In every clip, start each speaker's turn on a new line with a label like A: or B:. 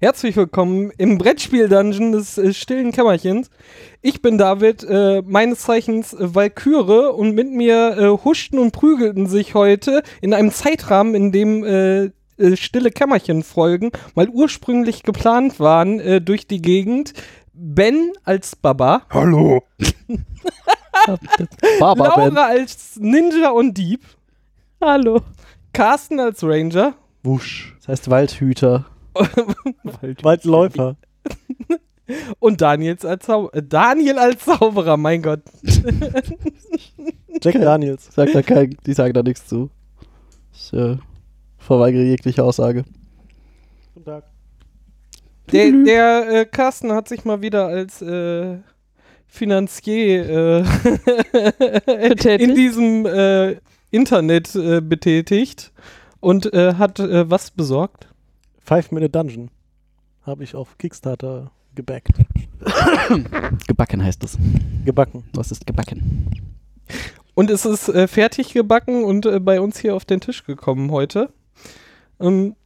A: Herzlich willkommen im Brettspiel-Dungeon des äh, stillen Kämmerchens. Ich bin David, äh, meines Zeichens äh, Valkyrie, und mit mir äh, huschten und prügelten sich heute in einem Zeitrahmen, in dem äh, äh, stille Kämmerchen-Folgen mal ursprünglich geplant waren, äh, durch die Gegend. Ben als Baba,
B: Hallo.
C: Baba Ben.
A: Laura als Ninja und Dieb,
C: Hallo.
A: Carsten als Ranger,
B: Wusch.
C: Das heißt Waldhüter. Waldläufer.
A: Und Daniels als Zau äh, Daniel als Zauberer, mein Gott.
C: Jack Daniels. Sagt da kein, die sagen da nichts zu. Ich äh, verweigere jegliche Aussage. Guten Tag.
A: Der, der äh, Carsten hat sich mal wieder als äh, Finanzier äh, in
D: Betätigt?
A: diesem äh, Internet äh, betätigt und äh, hat äh, was besorgt.
E: Five Minute Dungeon habe ich auf Kickstarter gebackt,
C: Gebacken heißt es.
E: gebacken.
C: Was ist gebacken?
A: Und es ist äh, fertig gebacken und äh, bei uns hier auf den Tisch gekommen heute. Ähm,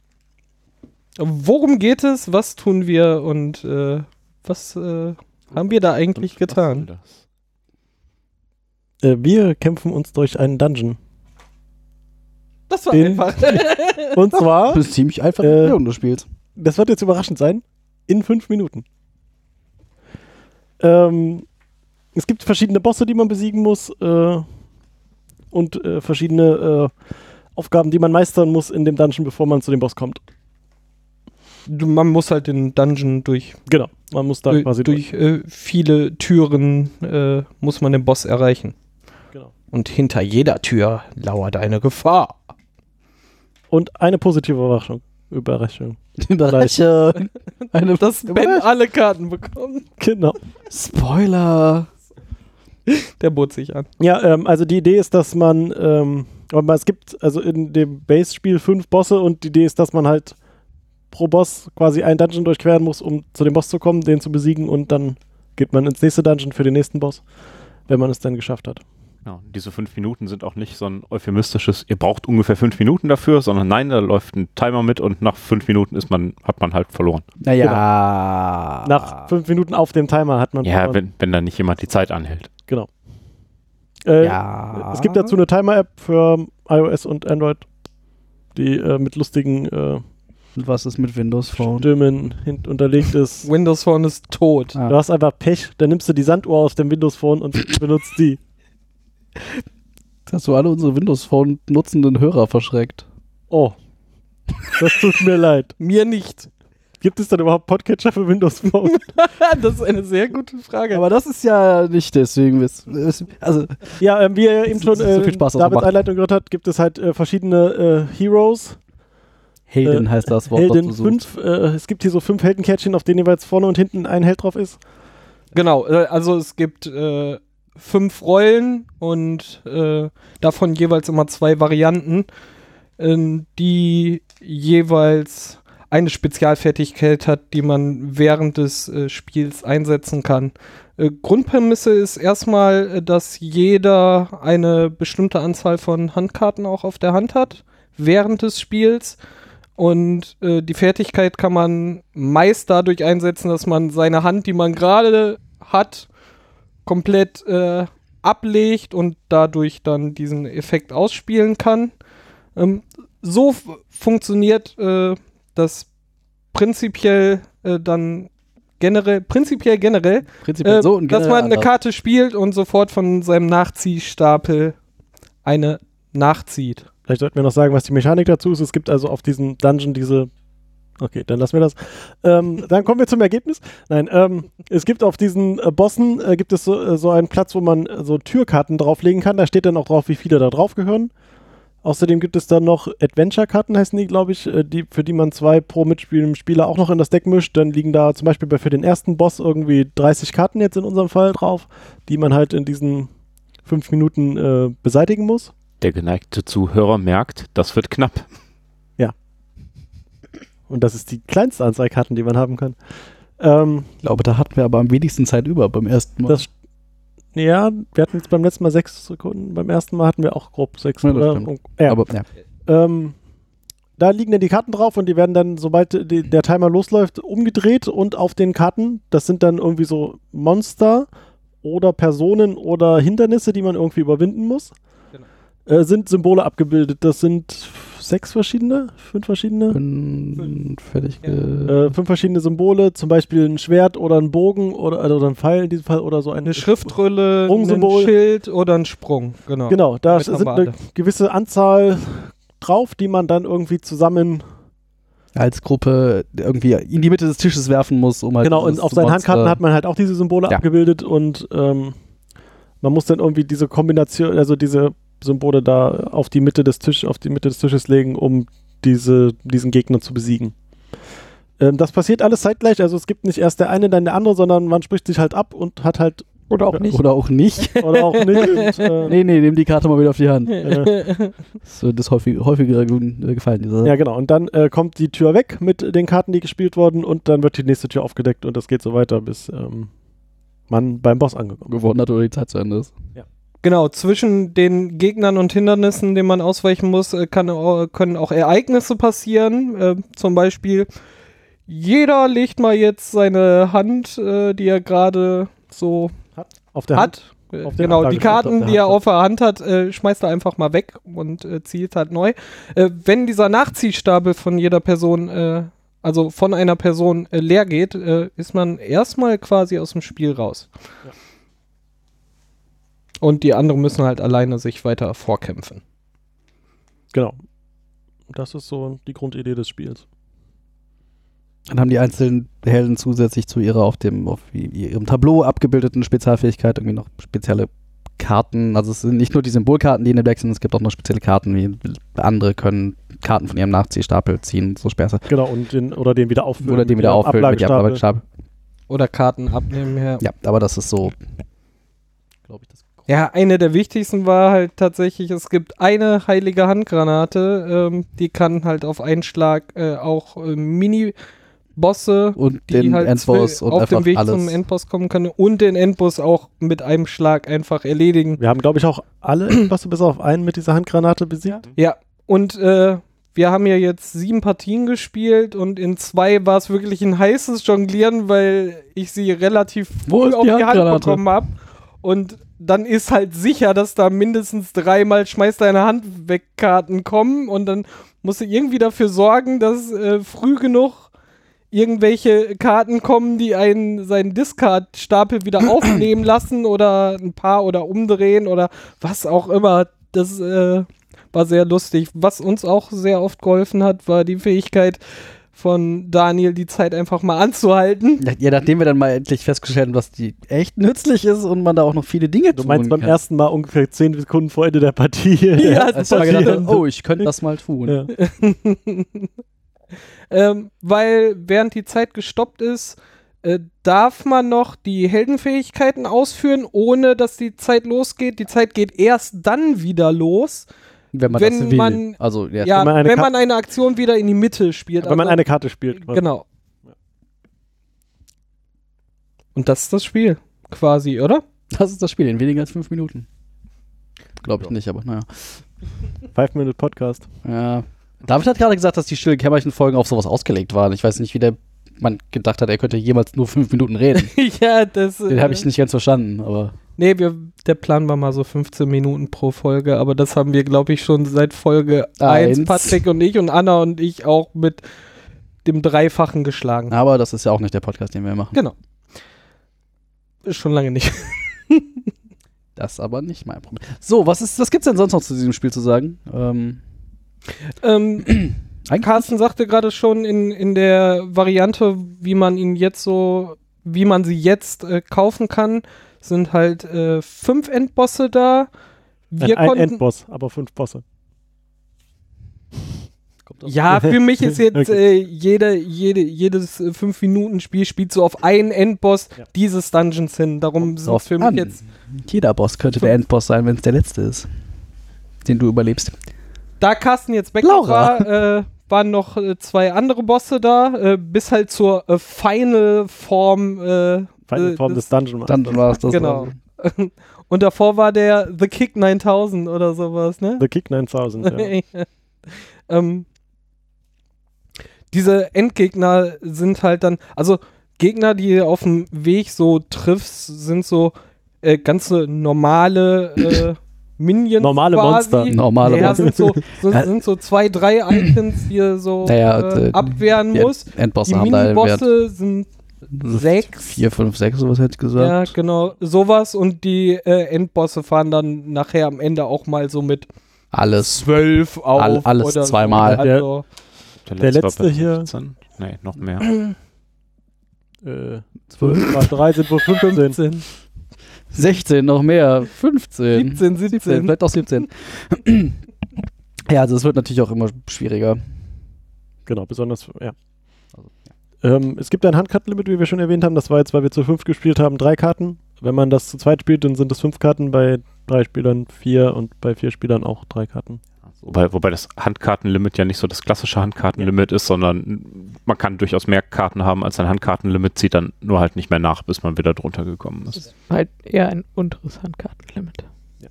A: worum geht es? Was tun wir? Und äh, was äh, haben wir da eigentlich getan?
E: Äh, wir kämpfen uns durch einen Dungeon.
A: Das war
E: Den-
A: einfach.
E: Und zwar,
C: Das ist ziemlich einfach,
E: Äh,
C: Erklärung du spielst.
E: das wird jetzt überraschend sein, in fünf Minuten. Ähm, es gibt verschiedene Bosse, die man besiegen muss äh, und äh, verschiedene äh, Aufgaben, die man meistern muss in dem Dungeon, bevor man zu dem Boss kommt.
A: Du, man muss halt den Dungeon durch,
E: Genau, man muss da
A: durch,
E: quasi durch.
A: durch äh, viele Türen äh, muss man den Boss erreichen.
E: Genau.
A: Und hinter jeder Tür lauert eine Gefahr.
E: Und eine positive Überraschung. Überraschung.
C: Überraschung. Eine
A: Dass Ben alle Karten bekommt,
E: Genau.
C: Spoiler.
A: der bot sich an.
E: Ja, ähm, also die Idee ist, dass man, ähm, aber man- es gibt also in dem Base-Spiel fünf Bosse und die Idee ist, dass man halt pro Boss quasi einen Dungeon durchqueren muss, um zu dem Boss zu kommen, den zu besiegen und dann geht man ins nächste Dungeon für den nächsten Boss, wenn man es dann geschafft hat.
F: Genau. Diese fünf Minuten sind auch nicht so ein euphemistisches, ihr braucht ungefähr fünf Minuten dafür, sondern nein, da läuft ein Timer mit und nach fünf Minuten ist man, hat man halt verloren.
C: Naja.
E: Genau. Nach fünf Minuten auf dem Timer hat man.
F: Ja,
E: verloren.
F: wenn, wenn da nicht jemand die Zeit anhält.
E: äh,
C: ja.
E: Es gibt dazu eine Timer-App für iOS und Android, die äh, mit lustigen äh,
C: Und Was ist mit Windows Phone?
E: Stimmen hin- unterlegt ist.
A: Windows Phone ist tot.
C: Ah.
E: Du hast einfach Pech, dann nimmst du die Sanduhr aus dem Windows Phone und benutzt die.
C: Hast du alle unsere Windows Phone nutzenden Hörer verschreckt?
E: Oh. Das tut mir leid.
A: Mir nicht.
E: Gibt es dann überhaupt Podcatcher für Windows Phone?
A: das ist eine sehr gute Frage.
C: Aber das ist ja nicht deswegen. wir's- wir's- Also,
E: ja, ähm, wie ihr eben
C: Das
E: schon
C: ist so
E: äh,
C: viel Spaß, was man
E: Davids
C: macht.
E: Einleitung gehört hat, gibt es halt äh, verschiedene äh, Heroes.
C: Helden
E: Äh,
C: heißt das Wort,
E: Helden
C: das du suchst.
E: fünf. Äh, es gibt hier so fünf Heldenkärtchen, auf denen jeweils vorne und hinten ein Held drauf ist.
A: Genau, äh, also es gibt äh, fünf Rollen und äh, davon jeweils immer zwei Varianten, ähm, die jeweils eine Spezialfertigkeit hat, die man während des äh, Spiels einsetzen kann. Äh, Grundprämisse ist erstmal, äh, dass jeder eine bestimmte Anzahl von Handkarten auch auf der Hand hat während des Spiels. Und äh, die Fertigkeit kann man meist dadurch einsetzen, dass man seine Hand, die man gerade hat, komplett äh, ablegt und dadurch dann diesen Effekt ausspielen kann. Ähm, so f- funktioniert äh, das prinzipiell äh, dann generell, prinzipiell generell,
C: Prinzipiell
A: äh,
C: so und
A: dass
C: generell
A: man eine
C: anders.
A: Karte spielt und sofort von seinem Nachziehstapel eine nachzieht.
E: Vielleicht sollten wir noch sagen, was die Mechanik dazu ist. Es gibt also auf diesem Dungeon diese. Okay, dann lassen wir das. Ähm, dann kommen wir zum Ergebnis. Nein, ähm, es gibt auf diesen äh, Bossen äh, gibt es so, äh, so einen Platz, wo man äh, so Türkarten drauflegen kann. Da steht dann auch drauf, wie viele da drauf gehören. Außerdem gibt es dann noch Adventure-Karten, heißen die, glaube ich, äh, die, für die man zwei pro mitspielendem Spieler auch noch in das Deck mischt. Dann liegen da zum Beispiel bei, für den ersten Boss irgendwie 30 Karten jetzt in unserem Fall drauf, die man halt in diesen fünf Minuten äh, beseitigen muss.
F: Der geneigte Zuhörer merkt, das wird knapp.
E: Und das ist die kleinste Anzahl Karten, die man haben kann. Ähm,
C: Ich glaube, da hatten wir aber am wenigsten Zeit über beim ersten Mal.
E: Das ja, wir hatten jetzt beim letzten Mal sechs Sekunden. Beim ersten Mal hatten wir auch grob sechs.
C: Ja, das
E: oder?
C: stimmt.
E: Ja,
C: aber ja.
E: ähm, Da liegen dann die Karten drauf und die werden dann, sobald die, der Timer losläuft, umgedreht und auf den Karten, das sind dann irgendwie so Monster oder Personen oder Hindernisse, die man irgendwie überwinden muss,
A: Genau.
E: äh, sind Symbole abgebildet. Das sind f- sechs verschiedene, fünf verschiedene?
C: Fünf, fertig. ge-
E: äh, fünf verschiedene Symbole, zum Beispiel ein Schwert oder ein Bogen oder, also oder ein Pfeil in diesem Fall oder so ein
C: Äh,
A: Eine Schriftrolle, ein
E: Sprungsymbol.
A: Schild oder ein Sprung. Genau.
E: Genau, da
A: Damit
E: ist-
A: haben
E: sind
A: wir
E: eine
A: alle.
E: gewisse Anzahl drauf, die man dann irgendwie zusammen
C: Als Gruppe irgendwie in die Mitte des Tisches werfen muss, um halt.
E: genau und
C: dieses
E: auf seinen
C: Monster-
E: Handkarten hat man halt auch diese Symbole
C: Ja.
E: abgebildet und ähm, man muss dann irgendwie diese Kombination, also diese Symbole da auf die Mitte des Tisches, auf die Mitte des Tisches legen, um diese, diesen Gegner zu besiegen. Ähm, das passiert alles zeitgleich, also es gibt nicht erst der eine, dann der andere, sondern man spricht sich halt ab und hat halt
C: Oder auch nicht. Oder auch nicht.
E: oder auch nicht. Und, äh,
C: nee, nee, nimm die Karte mal wieder auf die Hand.
E: Äh.
C: Das wird das häufig, häufiger gut, äh, gefallen, dieser.
E: Ja, genau. Und dann äh, kommt die Tür weg mit den Karten, die gespielt wurden, und dann wird die nächste Tür aufgedeckt und das geht so weiter, bis ähm, man beim Boss angekommen
C: Gewonnen hat oder die Zeit zu Ende ist.
A: Genau, zwischen den Gegnern und Hindernissen, denen man ausweichen muss, äh, kann, au- können auch Ereignisse passieren. Äh, zum Beispiel, jeder legt mal jetzt seine Hand, äh, die er gerade so
E: ist. Auf der Hand.
A: hat. Äh,
E: Auf den
A: Genau,
E: Ablage
A: die
E: schmeißt er auf
A: Karten,
E: der
A: die er
E: Hand.
A: auf der Hand hat, äh, schmeißt er einfach mal weg und äh, zielt halt neu. Äh, wenn dieser Nachziehstapel von jeder Person, äh, also von einer Person äh, leer geht, äh, ist man erstmal quasi aus dem Spiel raus. Und die anderen müssen halt alleine sich weiter vorkämpfen.
E: Genau. Das ist so die Grundidee des Spiels.
C: Dann haben die einzelnen Helden zusätzlich zu ihrer auf dem auf i- ihrem Tableau abgebildeten Spezialfähigkeit irgendwie noch spezielle Karten. Also es sind nicht nur die Symbolkarten, die in dem Deck sind, es gibt auch noch spezielle Karten, wie andere können Karten von ihrem Nachziehstapel ziehen, so Späße.
E: Genau, und den, oder den wieder auffüllen.
C: Oder den wieder auffüllen mit dem
E: Ablagestapel.
C: Ablagestapel.
A: Oder Karten abnehmen, ja.
C: Ja, aber das ist so, glaube ich, das
A: Ja, eine der wichtigsten war halt tatsächlich, es gibt eine heilige Handgranate, ähm, die kann halt auf einen Schlag äh, auch äh, Mini-Bosse
C: und
A: die
C: den
A: halt
C: Endboss
A: zwi-
C: und
A: auf
C: einfach
A: dem Weg
C: alles.
A: zum Endboss kommen können und den Endboss auch mit einem Schlag einfach erledigen.
E: Wir haben, glaube ich, auch alle, was du bis auf einen mit dieser Handgranate besiegt.
A: Ja, und äh, wir haben ja jetzt sieben Partien gespielt und in zwei war es wirklich ein heißes Jonglieren, weil ich sie relativ
C: Wo
A: früh
C: ist
A: auf
C: die
A: die Hand
C: Handgranate?
A: bekommen habe. Und dann ist halt sicher, dass da mindestens dreimal schmeißt deine Hand weg Karten kommen und dann musst du irgendwie dafür sorgen, dass äh, früh genug irgendwelche Karten kommen, die einen seinen Discard-Stapel wieder aufnehmen lassen oder ein paar oder umdrehen oder was auch immer. Das äh, war sehr lustig. Was uns auch sehr oft geholfen hat, war die Fähigkeit von Daniel, die Zeit einfach mal anzuhalten.
C: Ja, ja, nachdem wir dann mal endlich festgestellt haben, dass die echt nützlich ist und man da auch noch viele Dinge
E: Du meinst
C: tun
E: beim
C: kann.
E: ersten Mal ungefähr zehn Sekunden vor Ende der Partie.
A: Ja,
C: Als ich mal gedacht,
E: passieren.
C: habe, oh, ich könnte das mal tun.
E: Ja.
A: ähm, weil während die Zeit gestoppt ist, äh, darf man noch die Heldenfähigkeiten ausführen, ohne dass die Zeit losgeht. Die Zeit geht erst dann wieder los,
C: Wenn man
A: Wenn
C: das will.
A: man-
C: also, ja.
A: ja,
E: wenn man eine
A: wenn
E: Ka-
A: man eine Aktion wieder in die Mitte spielt.
E: Wenn man
A: Also-
E: eine Karte spielt. quasi.
A: genau. Und das ist das Spiel, quasi, oder?
C: Das ist das Spiel in weniger als fünf Minuten. Glaube ich
F: Ja.
C: nicht, aber naja.
E: Five-Minute-Podcast.
C: Ja. David hat gerade gesagt, dass die stillen Kämmerchen-Folgen auf sowas ausgelegt waren. Ich weiß nicht, wie der man gedacht hat, er könnte jemals nur fünf Minuten reden.
A: ja, das.
C: Den
A: äh,
C: habe ich nicht ganz verstanden, aber
A: Nee, wir, der Plan war mal so 15 Minuten pro Folge, aber das haben wir, glaube ich, schon seit Folge
C: Eins.
A: 1, Patrick und ich und Anna und ich auch mit dem Dreifachen
E: Ah.
A: geschlagen.
C: aber das ist ja auch nicht der Podcast, den wir machen.
A: Genau. Ist Schon lange nicht.
C: Das ist aber nicht mein Problem. So, was ist, was gibt's denn sonst noch zu diesem Spiel zu sagen? Ähm,
A: ähm,
C: eigentlich-
A: Carsten sagte gerade schon in, in der Variante, wie man ihn jetzt so, wie man sie jetzt äh, kaufen kann, sind halt äh, fünf Endbosse da.
E: Ein,
A: Wir
E: ein
A: konnten,
E: Endboss, aber fünf Bosse.
A: Ja, für mich ist jetzt
E: Okay.
A: äh, jede, jede, jedes äh, 5-Minuten-Spiel spielt so auf einen Endboss
E: Ja.
A: dieses Dungeons hin. Darum
C: Kommt's
A: sind es
C: drauf
A: für mich
C: an.
A: jetzt.
C: Jeder Boss könnte der Endboss sein, wenn es der letzte ist, den du überlebst.
A: Da Carsten jetzt weg
C: Laura.
A: war, äh, waren noch äh, zwei andere Bosse da, äh, bis halt zur äh, Final Form. Äh,
E: Final
A: äh,
E: Form des Dungeon
C: Dann war es das.
A: Genau. Und davor war der The Kick 9000 oder sowas, ne?
E: The Kick 9000. Ja.
A: ähm, diese Endgegner sind halt dann, also Gegner, die du auf dem Weg so triffst, sind so äh, ganze normale äh, Minions.
E: Normale Monster.
C: Normale
A: ja,
C: Monster.
A: sind so, so,
C: Ja.
A: sind so zwei, drei Items, die du so
C: Naja,
A: äh,
C: äh,
A: abwehren
C: die
A: musst. Die
C: Endbosse haben da Wert
A: Minibosse sind sechs.
C: 4, 5, 6, sowas hätte ich
A: Ja,
C: gesagt.
A: genau, sowas und die äh, Endbosse fahren dann nachher am Ende auch mal so mit
C: Alles.
A: zwölf auf.
C: All- alles
A: oder
C: zweimal.
A: So. Also,
E: Der letzte
F: war bei
E: hier-
F: 15. Nee, noch mehr.
E: Äh, 12 mal 3 sind wohl 15.
A: 15,
C: 16, noch mehr. 15.
A: 17,
C: 17,
A: 17.
C: vielleicht auch 17. ja, also es wird natürlich auch immer schwieriger.
E: Genau, besonders, ja. Ähm, es gibt ein Handkartenlimit, wie wir schon erwähnt haben. Das war jetzt, weil wir zu fünf gespielt haben, drei Karten. Wenn man das zu zweit spielt, dann sind es fünf Karten, bei drei Spielern vier und bei vier Spielern auch drei Karten.
F: Wobei, wobei das Handkartenlimit ja nicht so das klassische Handkartenlimit ist, sondern man kann durchaus mehr Karten haben als ein Handkartenlimit, zieht dann nur halt nicht mehr nach, bis man wieder drunter gekommen ist.
B: Das ist halt eher ein unteres Handkartenlimit.
E: Ja.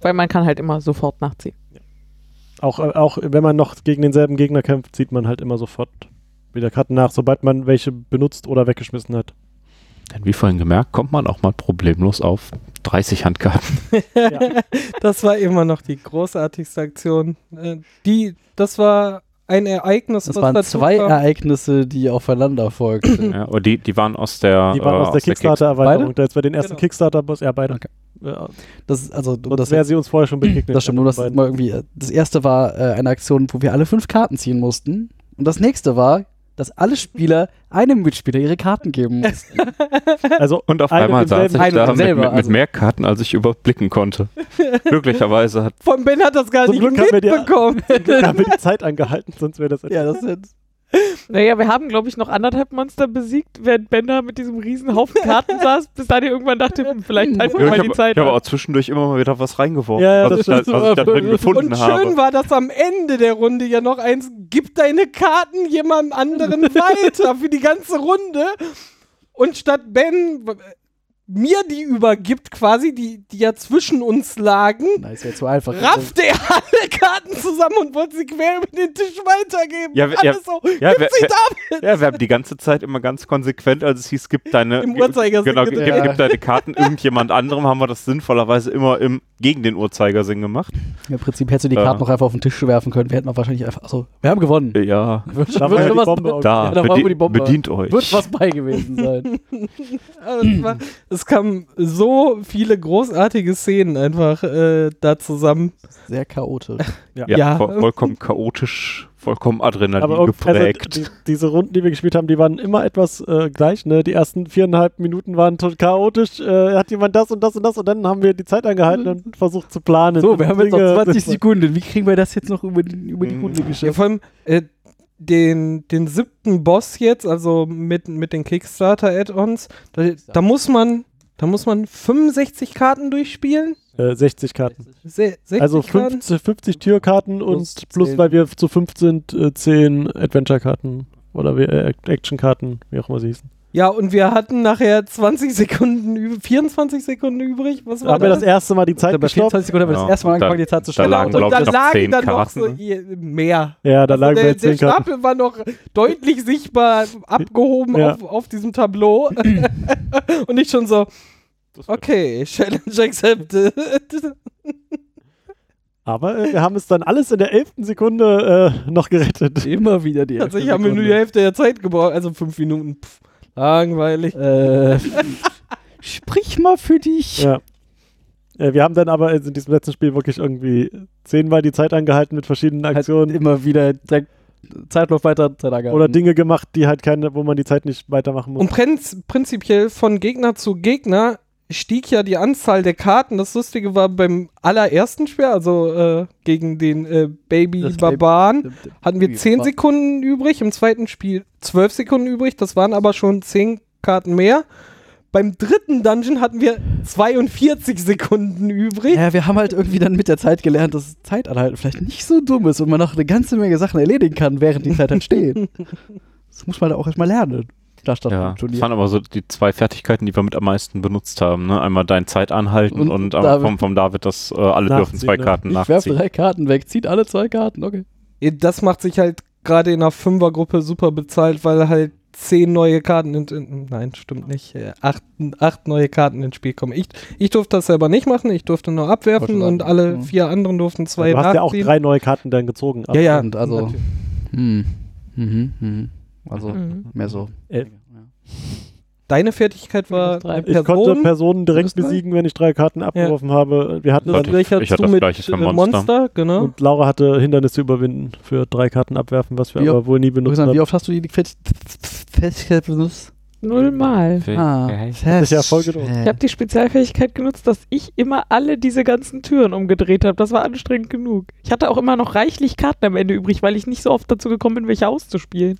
B: Weil man kann halt immer sofort nachziehen.
E: Auch, äh, auch wenn man noch gegen denselben Gegner kämpft, zieht man halt immer sofort wieder Karten nach, sobald man welche benutzt oder weggeschmissen hat.
F: Denn wie vorhin gemerkt, kommt man auch mal problemlos auf 30 Handkarten.
A: Das war immer noch die großartigste Aktion. Äh, die, das war ein Ereignis,
C: Das
A: was
C: waren
A: dazu
C: zwei
A: kam.
C: Ereignisse, die aufeinander folgten.
F: ja, aber die, die waren aus der,
E: Die
F: äh,
E: waren Ah, aus der Kickstarter-Erweiterung.
C: Beide?
E: Da jetzt bei den ersten
A: Genau.
E: Kickstarter-Boss, ja, beide.
C: Okay.
E: Ja,
C: Das ist also um
E: sonst
C: das,
E: wäre sie uns vorher schon begegnet.
C: das stimmt, nur das
E: Beiden.
C: mal irgendwie. Das erste war äh, eine Aktion, wo wir alle fünf Karten ziehen mussten. Und das nächste war, dass alle Spieler einem Mitspieler ihre Karten geben mussten.
E: Also,
F: Und auf
E: Ein und
F: einmal saß ich
E: denselben-
C: ein und
F: da mit,
C: denselben,
F: mit, mit
C: also.
F: mehr Karten, als ich überblicken konnte. Glücklicherweise hat
A: Von Ben hat das gar
E: Zum
A: nicht
E: Glück haben wir die-
A: mitbekommen.
E: da haben wir die Zeit angehalten, sonst wäre das
C: ja, das sind
B: Naja, wir haben, glaube ich, noch anderthalb Monster besiegt, während Bender mit diesem riesen Haufen Karten saß, bis Daniel irgendwann dachte, hm, vielleicht halten wir
F: Ja,
B: mal
F: ich
B: die
F: hab-
B: Zeit.
F: Ich habe
B: ab.
F: auch zwischendurch immer mal wieder was reingeworfen,
E: Ja, ja,
F: was,
E: das
F: ich da,
E: stimmt.
F: was ich da drin gefunden
A: Und schön
F: habe.
A: war das am Ende der Runde ja noch eins, gib deine Karten jemandem anderen weiter für die ganze Runde. Und statt Ben äh, mir die übergibt, quasi, die, die ja zwischen uns lagen,
C: Na, ist ja zu einfach.
A: raffte er alle Karten zusammen und wollte sie quer über den Tisch weitergeben.
F: Ja, wer- ja,
A: Alles so,
F: ja,
A: gib
F: wer-
A: sie
F: wer-
A: damit.
F: Ja, wir haben die ganze Zeit immer ganz konsequent, als es hieß, gib deine,
A: Im Uhrzeigersinn
F: genau, gib,
A: gedreht.
C: Ja.
F: gib deine Karten irgendjemand anderem, haben wir das sinnvollerweise immer im, gegen den Uhrzeigersinn gemacht.
C: Also, Im Prinzip hättest du die
F: Ja.
C: Karten noch einfach auf den Tisch werfen können. Wir hätten auch wahrscheinlich einfach. Achso, wir haben gewonnen.
F: Ja,
E: Da war ja die Bombe auch-
F: da,
C: da war
F: bedi-
C: wohl die Bombe.
F: bedient euch.
C: Wird was bei gewesen sein.
A: Aber es, war, es kamen so viele großartige Szenen einfach äh, da zusammen.
C: Sehr chaotisch.
F: Ja,
A: Ja.
F: Voll, vollkommen chaotisch, vollkommen Adrenalin
E: Aber irgendwie-
F: geprägt.
E: Also, die, diese Runden, die wir gespielt haben, die waren immer etwas äh, gleich. Ne? Die ersten viereinhalb Minuten waren tot chaotisch. Äh, hat jemand das und das und das und dann haben wir die Zeit angehalten und versucht zu planen.
C: Mhm. So, wir haben jetzt
E: Dinge-
C: noch 20 Sekunden. Wie kriegen wir das jetzt noch über, die- über die Runde
A: Mhm. Ja,
C: geschafft?
A: vor allem äh, den, den siebten Boss jetzt, also mit, mit den Kickstarter-Add-ons, da, da muss man da muss man 65 Karten durchspielen.
E: Äh, 60 Karten.
A: Se 60
E: Also
A: Karten.
E: 50, 50 Türkarten
C: Plus
E: und plus,
C: zehn.
E: weil wir zu fünf sind, äh, 10 Adventure-Karten oder wir- äh, Action-Karten, wie auch immer sie hießen.
A: Ja, und wir hatten nachher 20 Sekunden, üb- 24 Sekunden übrig. Was
E: Da
A: war
E: haben wir
A: das? Genau,
E: das erste Mal die
C: Ja,
E: Zeit
C: bei
E: gestoppt.
C: 24 Sekunden haben wir das
F: Ja,
C: erste Mal
F: da-
C: angefangen, die Zeit zu
F: da
C: stellen.
F: lagen,
A: und
F: glaub
A: da
F: ich, noch
A: lagen
F: zehn
A: dann noch so
F: Karten. ne?
A: je- mehr.
E: Ja, da lagen wir
A: der,
E: jetzt
A: der
E: 10 Karten.
A: Stapel war noch deutlich sichtbar abgehoben
E: Ja.
A: auf, auf diesem Tableau. und ich schon so, okay, Challenge accepted.
E: Aber äh, wir haben es dann alles in der 11. Sekunde äh, noch gerettet.
C: Immer wieder die
A: Tatsächlich haben wir nur die Hälfte der Zeit gebraucht, also fünf Minuten. Pff, langweilig.
C: Äh, sprich mal für dich.
E: Ja. Äh, wir haben dann aber in diesem letzten Spiel wirklich irgendwie zehnmal die Zeit angehalten mit verschiedenen
C: Halt
E: Aktionen
C: immer wieder der Zeitlauf weiter, Zeit angehalten.
E: oder Dinge gemacht, die halt keine, wo man die Zeit nicht weitermachen muss.
A: Und prinz, prinzipiell von Gegner zu Gegner stieg ja die Anzahl der Karten. Das Lustige war beim allerersten Spiel, also äh, gegen den äh, Baby
C: Das
A: Barbaren, hatten wir
C: Baby
A: 10
C: Barbar.
A: Sekunden übrig, im zweiten Spiel 12 Sekunden übrig, das waren aber schon 10 Karten mehr. Beim dritten Dungeon hatten wir 42 Sekunden übrig.
C: Ja, wir haben halt irgendwie dann mit der Zeit gelernt, dass Zeit anhalten vielleicht nicht so dumm ist und man noch eine ganze Menge Sachen erledigen kann, während die Zeit halt steht. das muss man da auch erstmal lernen. Da stand
F: Ja,
C: schon
F: das waren aber so die zwei Fertigkeiten, die wir mit am meisten benutzt haben. Ne? Einmal dein Zeit anhalten und,
C: Und
F: äh,
C: David-
F: vom, vom David, dass äh, alle dürfen
E: Nachziehen,
F: zwei
E: ne?
F: Karten
A: halt-
C: Ich werfe
F: nachziehen.
C: drei Karten weg, zieht alle zwei Karten, okay.
A: Das macht sich halt gerade in einer Fünfergruppe super bezahlt, weil halt zehn neue Karten in, in, nein, stimmt nicht, äh, acht, acht neue Karten ins Spiel kommen. Ich, ich durfte das selber nicht machen, ich durfte nur
C: Wollte
A: abwerfen
C: schon
A: und
C: sagen,
A: alle
C: mhm.
A: vier anderen durften zwei
E: du hast ja auch
A: nachziehen.
E: drei neue Karten dann gezogen.
A: ja, ja,
C: Und also,
A: natürlich.
C: hm. Mhm, mhm. Also,
B: Mhm.
C: mehr so.
E: Elf.
A: Deine Fertigkeit war
B: Minus drei.
A: eine
E: Also, ich
A: Person.
E: konnte Personen direkt
A: Bist du dran?
E: besiegen, wenn ich drei Karten abgeworfen habe. Wir hatten
A: Also
F: Sollte ich-
A: welcher
F: ich
A: hast
F: hatte
A: du
F: das
A: mit
F: Gleiche für
A: äh, Monster.
F: Monster.
A: genau.
E: Und Laura hatte Hindernisse überwinden für drei Karten abwerfen, was wir
C: Ja.
E: aber wohl nie
C: Grüß
E: benutzt
C: an,
E: haben.
C: Wie oft hast du die Fertigkeit benutzt?
B: Null Mal.
C: Ah,
E: ist ja voll gedruckt.
B: Ich habe die Spezialfähigkeit genutzt, dass ich immer alle diese ganzen Türen umgedreht habe. Das war anstrengend genug. Ich hatte auch immer noch reichlich Karten am Ende übrig, weil ich nicht so oft dazu gekommen bin, welche auszuspielen.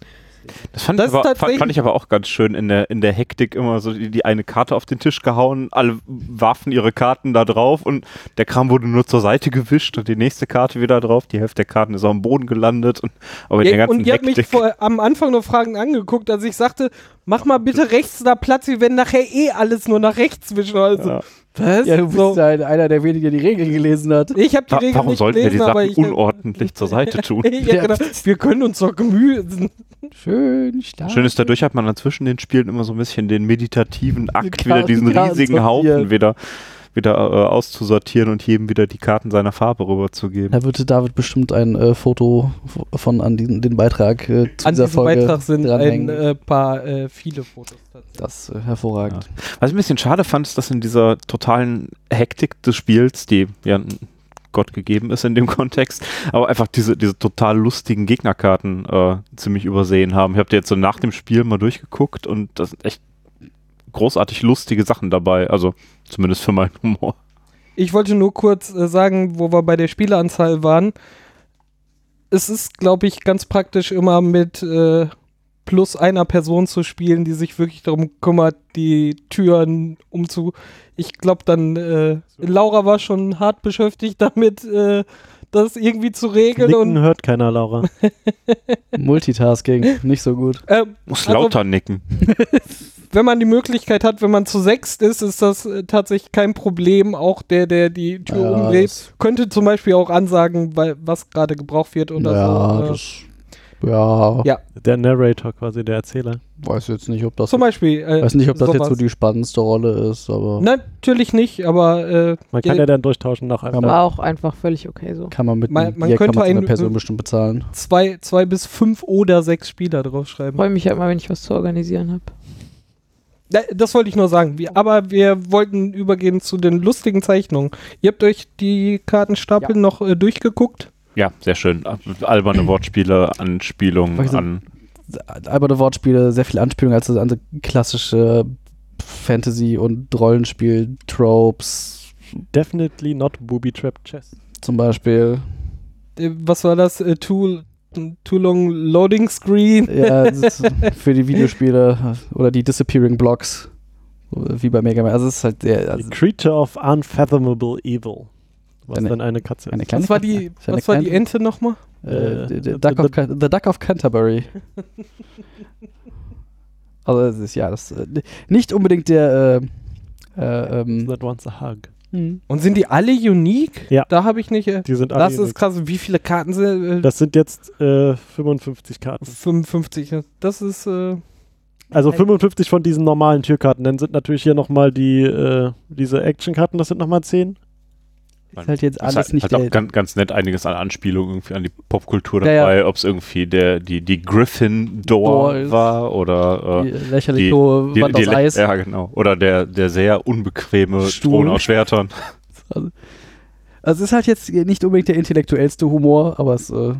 F: Das, fand,
A: Das
F: ich aber,
A: ist tatsächlich-
F: fand, fand ich aber auch ganz schön in der, in der Hektik immer so die, die eine Karte auf den Tisch gehauen, alle warfen ihre Karten da drauf und der Kram wurde nur zur Seite gewischt und die nächste Karte wieder drauf. Die Hälfte der Karten ist am Boden gelandet. Und, aber in der
A: Ja,
F: ganzen
A: und ihr habt mich
F: Hektik.
A: vor, am Anfang nur Fragen angeguckt, als ich sagte, mach mal bitte rechts da Platz, wir werden nachher eh alles nur nach rechts wischen. Also,
E: Ja.
A: was?
C: Ja, du bist
A: so.
C: ja ein- einer der wenigen, der die Regeln gelesen hat.
A: Ich habe die
F: Wa-
A: Regeln
F: Warum
A: nicht
F: sollten wir
A: gelesen,
F: die
A: aber
F: Sachen
A: ich
F: unordentlich zur Seite tun?
A: ja, genau. Wir können uns doch gemühen.
C: Schön, stark.
F: Ah. Schön ist, dadurch hat man dann zwischen den Spielen immer so ein bisschen den meditativen Akt,
C: Karten-
F: wieder diesen
C: Karten
F: riesigen
C: sortieren.
F: Haufen wieder, wieder äh, auszusortieren und jedem wieder die Karten seiner Farbe rüberzugeben.
C: Da würde David bestimmt ein äh, Foto f- von an diesen, den Beitrag äh, zu
A: An
C: dieser
A: diesem
C: Folge
A: Beitrag sind ein
C: dranhängen.
A: äh, paar äh, viele Fotos. tatsächlich.
C: das äh, hervorragend.
F: Was ich ein bisschen schade fand, ist, dass in dieser totalen Hektik des Spiels, die ja Gott gegeben ist in dem Kontext, aber einfach diese, diese total lustigen Gegnerkarten äh, ziemlich übersehen haben. Ich habe die jetzt so nach dem Spiel mal durchgeguckt und das sind echt großartig lustige Sachen dabei. Also zumindest für meinen Humor.
A: Ich wollte nur kurz äh, sagen, wo wir bei der Spieleanzahl waren. Es ist, glaube ich, ganz praktisch immer mit äh, plus einer Person zu spielen, die sich wirklich darum kümmert, die Türen umzu. Ich glaube, dann äh, Laura war schon hart beschäftigt damit, äh, das irgendwie zu regeln
E: Nicken
A: und
E: hört keiner, Laura.
C: Multitasking, nicht so gut.
A: äh,
F: Muss
A: Also-
F: lauter nicken.
A: wenn man die Möglichkeit hat, wenn man zu sechst ist, ist das äh, tatsächlich kein Problem. Auch der, der die Tür
C: Ja,
A: umdreht,
C: das-
A: könnte zum Beispiel auch ansagen, weil, was gerade gebraucht wird oder
C: ja,
A: so. äh,
C: das, ja,
A: Ja.
E: Der Narrator quasi, der Erzähler.
C: weiß jetzt nicht, ob das,
A: Zum Beispiel. Äh,
C: weiß nicht, ob das jetzt
A: sowas.
C: so die spannendste Rolle ist, aber
A: Natürlich nicht, aber äh,
E: Man kann
A: Ja.
E: ja, dann durchtauschen nach einem.
B: War auch einfach völlig okay so.
C: kann man mit
A: Man-
C: einem
A: man
C: Bier kann
A: könnte
C: man so eine
A: einen- äh,
C: Person bestimmt bezahlen.
A: zwei, zwei bis fünf oder sechs Spieler
B: Ich
A: draufschreiben.
B: freue mich ja immer, wenn ich was zu organisieren habe.
A: Da- Äh, Das wollte ich nur sagen. Wir, aber wir wollten übergehen zu den lustigen Zeichnungen. Ihr habt euch die Kartenstapel noch äh, durchgeguckt?
F: Ja, sehr schön. Alberne Wortspiele, Anspielungen
C: Wahnsinn.
F: an.
C: Alberne Wortspiele, sehr viel Anspielung als das andere klassische Fantasy- und Rollenspiel-Tropes
E: Definitely not booby trap chess.
C: zum Beispiel.
A: Äh, was war das? Äh, too, too long loading screen?
C: Ja, das ist für die Videospiele oder die Disappearing Blocks, wie bei Mega Man. Also es ist halt sehr,
E: The
C: also
E: Creature of unfathomable evil. Was
C: Eine-
E: dann eine Katze
C: eine
E: ist.
C: kleine
A: was war die,
C: Katze. Eine
A: was war die
C: kleine-
A: Ente nochmal?
C: äh,
E: Äh,
F: also
C: the, the, Duck of, Can- the Duck of Canterbury. also es ist ja das äh, nicht unbedingt der äh, äh, ähm, hm,
E: That wants a hug.
A: Und sind die alle unique?
E: Ja.
A: Da habe ich nicht. Äh,
E: Die sind alle
A: das ist
E: unique.
A: krass. Wie viele Karten sind? Äh,
E: das sind jetzt äh, 55 Karten.
A: 55. ne? Das ist. Äh,
E: Also
A: Halt.
E: 55 von diesen normalen Türkarten. Dann sind natürlich hier nochmal die, äh, diese Actionkarten, das sind nochmal 10.
C: ist halt jetzt alles
F: ist halt,
C: nicht
F: halt auch
C: der,
F: ganz, ganz nett einiges an Anspielungen irgendwie an die Popkultur
C: Ja,
F: dabei,
C: ja.
F: ob es irgendwie der, die, die Gryffindor
C: Door ist-
F: war oder äh,
C: die lächerlich
F: die-
C: hohe
F: die,
C: Wand
F: die,
C: aus Eis.
F: Ja, genau. Oder der, der sehr unbequeme
C: Stuhl.
F: Thron aus Schwertern.
C: Also es ist halt jetzt nicht unbedingt der intellektuellste Humor, aber es äh,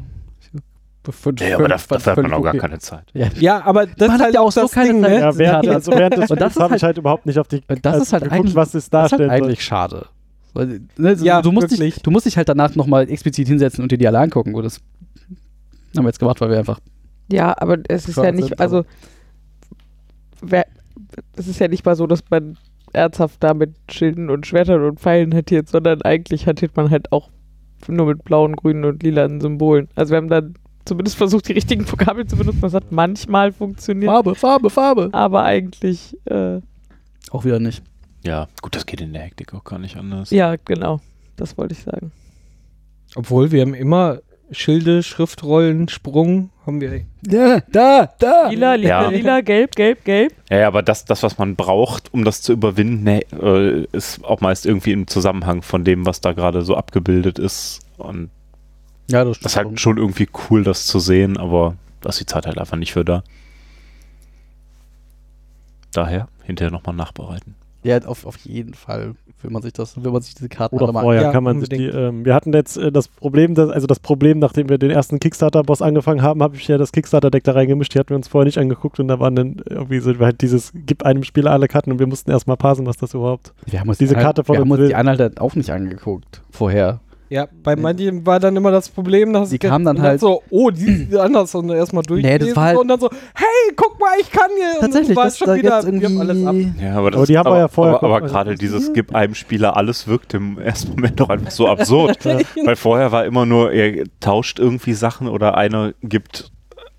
C: fünf, fünf- fünf- okay.
F: keine Zeit.
C: Ja,
A: ja, aber das
C: Man
A: ist
C: hat
A: halt
C: ja
A: auch
C: auch so
A: das
C: keine
A: Ding,
C: Zeit.
A: ne?
E: Ja, während,
C: Ja, das-
E: also während des
C: und das
E: Spiels
C: ist
E: habe
C: halt-
E: ich halt überhaupt nicht auf die
C: Und das
E: also
C: ist halt
E: geguckt,
C: eigentlich-
E: was es
C: Das ist
E: darstellt.
C: halt eigentlich schade. Weil, ne, so,
A: Ja,
C: du, musst
A: wirklich.
C: dich, du musst dich halt danach nochmal explizit hinsetzen und dir die alle angucken. Gut, das haben wir jetzt gemacht, weil wir einfach.
B: Ja, aber es ist
C: Klar,
B: ja
C: das
B: nicht,
C: ist
B: also wer, es ist ja nicht mal so, dass man ernsthaft da mit Schilden und Schwertern und Pfeilen hattiert, sondern eigentlich hattiert man halt auch nur mit blauen, grünen und lilanen Symbolen. Also wir haben da zumindest versucht, die richtigen Vokabeln zu benutzen. Das hat manchmal funktioniert,
C: Farbe, Farbe, Farbe.
B: aber eigentlich, äh,
C: Auch wieder nicht.
F: Ja, gut, das geht in der Hektik auch gar nicht anders.
B: ja, genau. Das wollte ich sagen.
A: Obwohl wir haben immer Schilde, Schriftrollen, Sprung haben wir.
C: Ja, da, da.
B: Lila, lila,
F: Ja.
B: lila, gelb, gelb, gelb.
F: Ja, ja, aber das, das, was man braucht, um das zu überwinden, nee, äh, ist auch meist irgendwie im Zusammenhang von dem, was da gerade so abgebildet ist. Und
C: Ja, das
F: das ist halt schon irgendwie cool, das zu sehen, aber da ist die Zeit halt einfach nicht für da. Daher hinterher nochmal nachbereiten.
C: Ja, auf, auf jeden Fall will man sich das, will man sich diese Karten
E: Oder
C: alle mal
E: vorher
A: Ja,
E: kann man sich die.
A: unbedingt.
E: Ähm, wir hatten jetzt äh, das Problem, dass, also das Problem, nachdem wir den ersten Kickstarter-Boss angefangen haben, habe ich ja das Kickstarter-Deck da reingemischt. Die hatten wir uns vorher nicht angeguckt und da waren dann irgendwie so halt dieses, gib einem Spieler alle Karten und wir mussten erstmal parsen, was das überhaupt.
C: Wir haben uns
E: Diese
C: die Anhalt-
E: Karte von
C: wir haben
E: uns
C: uns die
E: will-
C: Anhalter auch nicht angeguckt vorher.
A: Ja, bei manchen war dann immer das Problem, dass
C: Die
A: es ge-
C: kamen dann
A: und dann
C: halt-
A: so, oh, die sind anders und erstmal durchlesen
C: war halt-
A: und dann so, hey, guck mal, ich kann hier und war es schon wieder, wir haben alles ab.
F: Ja, aber, das,
E: Aber die haben wir ja vorher
F: Aber, aber
E: geguckt.
F: gerade dieses Gib einem Spieler alles wirkt im ersten Moment doch einfach so absurd. Weil vorher war immer nur, er tauscht irgendwie Sachen oder einer gibt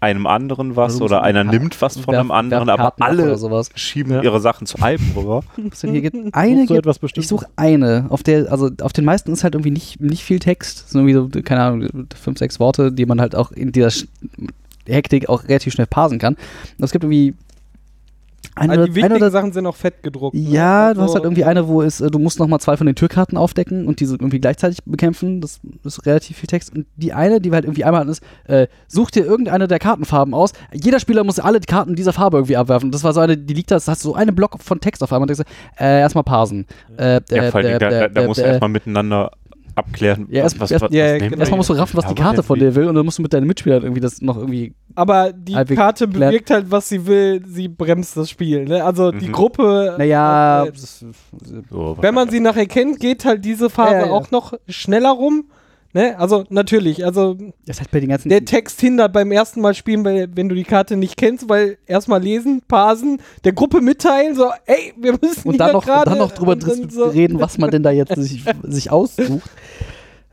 F: einem anderen was
C: Also
F: oder einer
C: Karten-
F: nimmt was von
C: werf-
F: einem anderen,
C: werf
F: aber
C: Karten ab
F: alle
C: oder sowas.
F: schieben
E: Ja.
F: ihre Sachen zu einem rüber.
C: Was denn hier gibt? Eine
E: Suchst du
C: gibt,
E: etwas Bestimmtes?
C: ich suche eine. Auf der, also auf den meisten ist halt irgendwie nicht, nicht viel Text. Sind irgendwie so, keine Ahnung, fünf, sechs Worte, die man halt auch in dieser Sch Hektik auch relativ schnell parsen kann. Und es gibt irgendwie eine,
A: Also
C: oder-
A: die
C: eine
A: wichtigen
C: oder
A: Sachen sind auch fett gedruckt. ne?
C: Ja, du hast
A: Also-
C: halt irgendwie eine, wo es, äh, du musst nochmal zwei von den Türkarten aufdecken und diese irgendwie gleichzeitig bekämpfen. Das ist relativ viel Text. Und die eine, die wir halt irgendwie einmal hatten, ist, äh, such dir irgendeine der Kartenfarben aus. Jeder Spieler muss alle Karten dieser Farbe irgendwie abwerfen. Das war so eine, die liegt da, das hast du so einen Block von Text auf einmal und denkst, du, äh, erstmal parsen. Äh,
F: Ja,
C: äh,
F: vor allem,
C: äh,
F: da, da,
C: äh,
F: da
C: äh,
F: musst du
C: äh,
F: erstmal miteinander abklären,
C: Ja, erst- erst-
A: ja,
F: nehmen
A: genau.
F: wir
C: Erstmal musst du
F: jetzt.
C: raffen, was die
F: Aber
C: Karte
F: denn
C: von
F: wie-
C: dir will und dann musst du mit deinen Mitspielern irgendwie das noch irgendwie
A: Aber die
C: Halbwegs
A: Karte
C: geklärt.
A: bewirkt halt, was sie will, sie bremst das Spiel. Ne? Also die
F: Mhm.
A: Gruppe.
C: Naja,
A: äh,
C: das-
F: So,
A: wenn man sie nachher kennt, geht halt diese Phase
C: Ja, ja.
A: auch noch schneller rum. Ne? Also natürlich, also
C: das ist halt bei den ganzen
A: der Text hindert beim ersten Mal spielen, weil- wenn du die Karte nicht kennst, weil erstmal lesen, parsen, der Gruppe mitteilen, so, ey, wir müssen
C: und
A: hier
C: dann noch, und
A: gerade
C: dann noch drüber
A: und dann so-
C: reden, was man denn da jetzt sich, sich aussucht.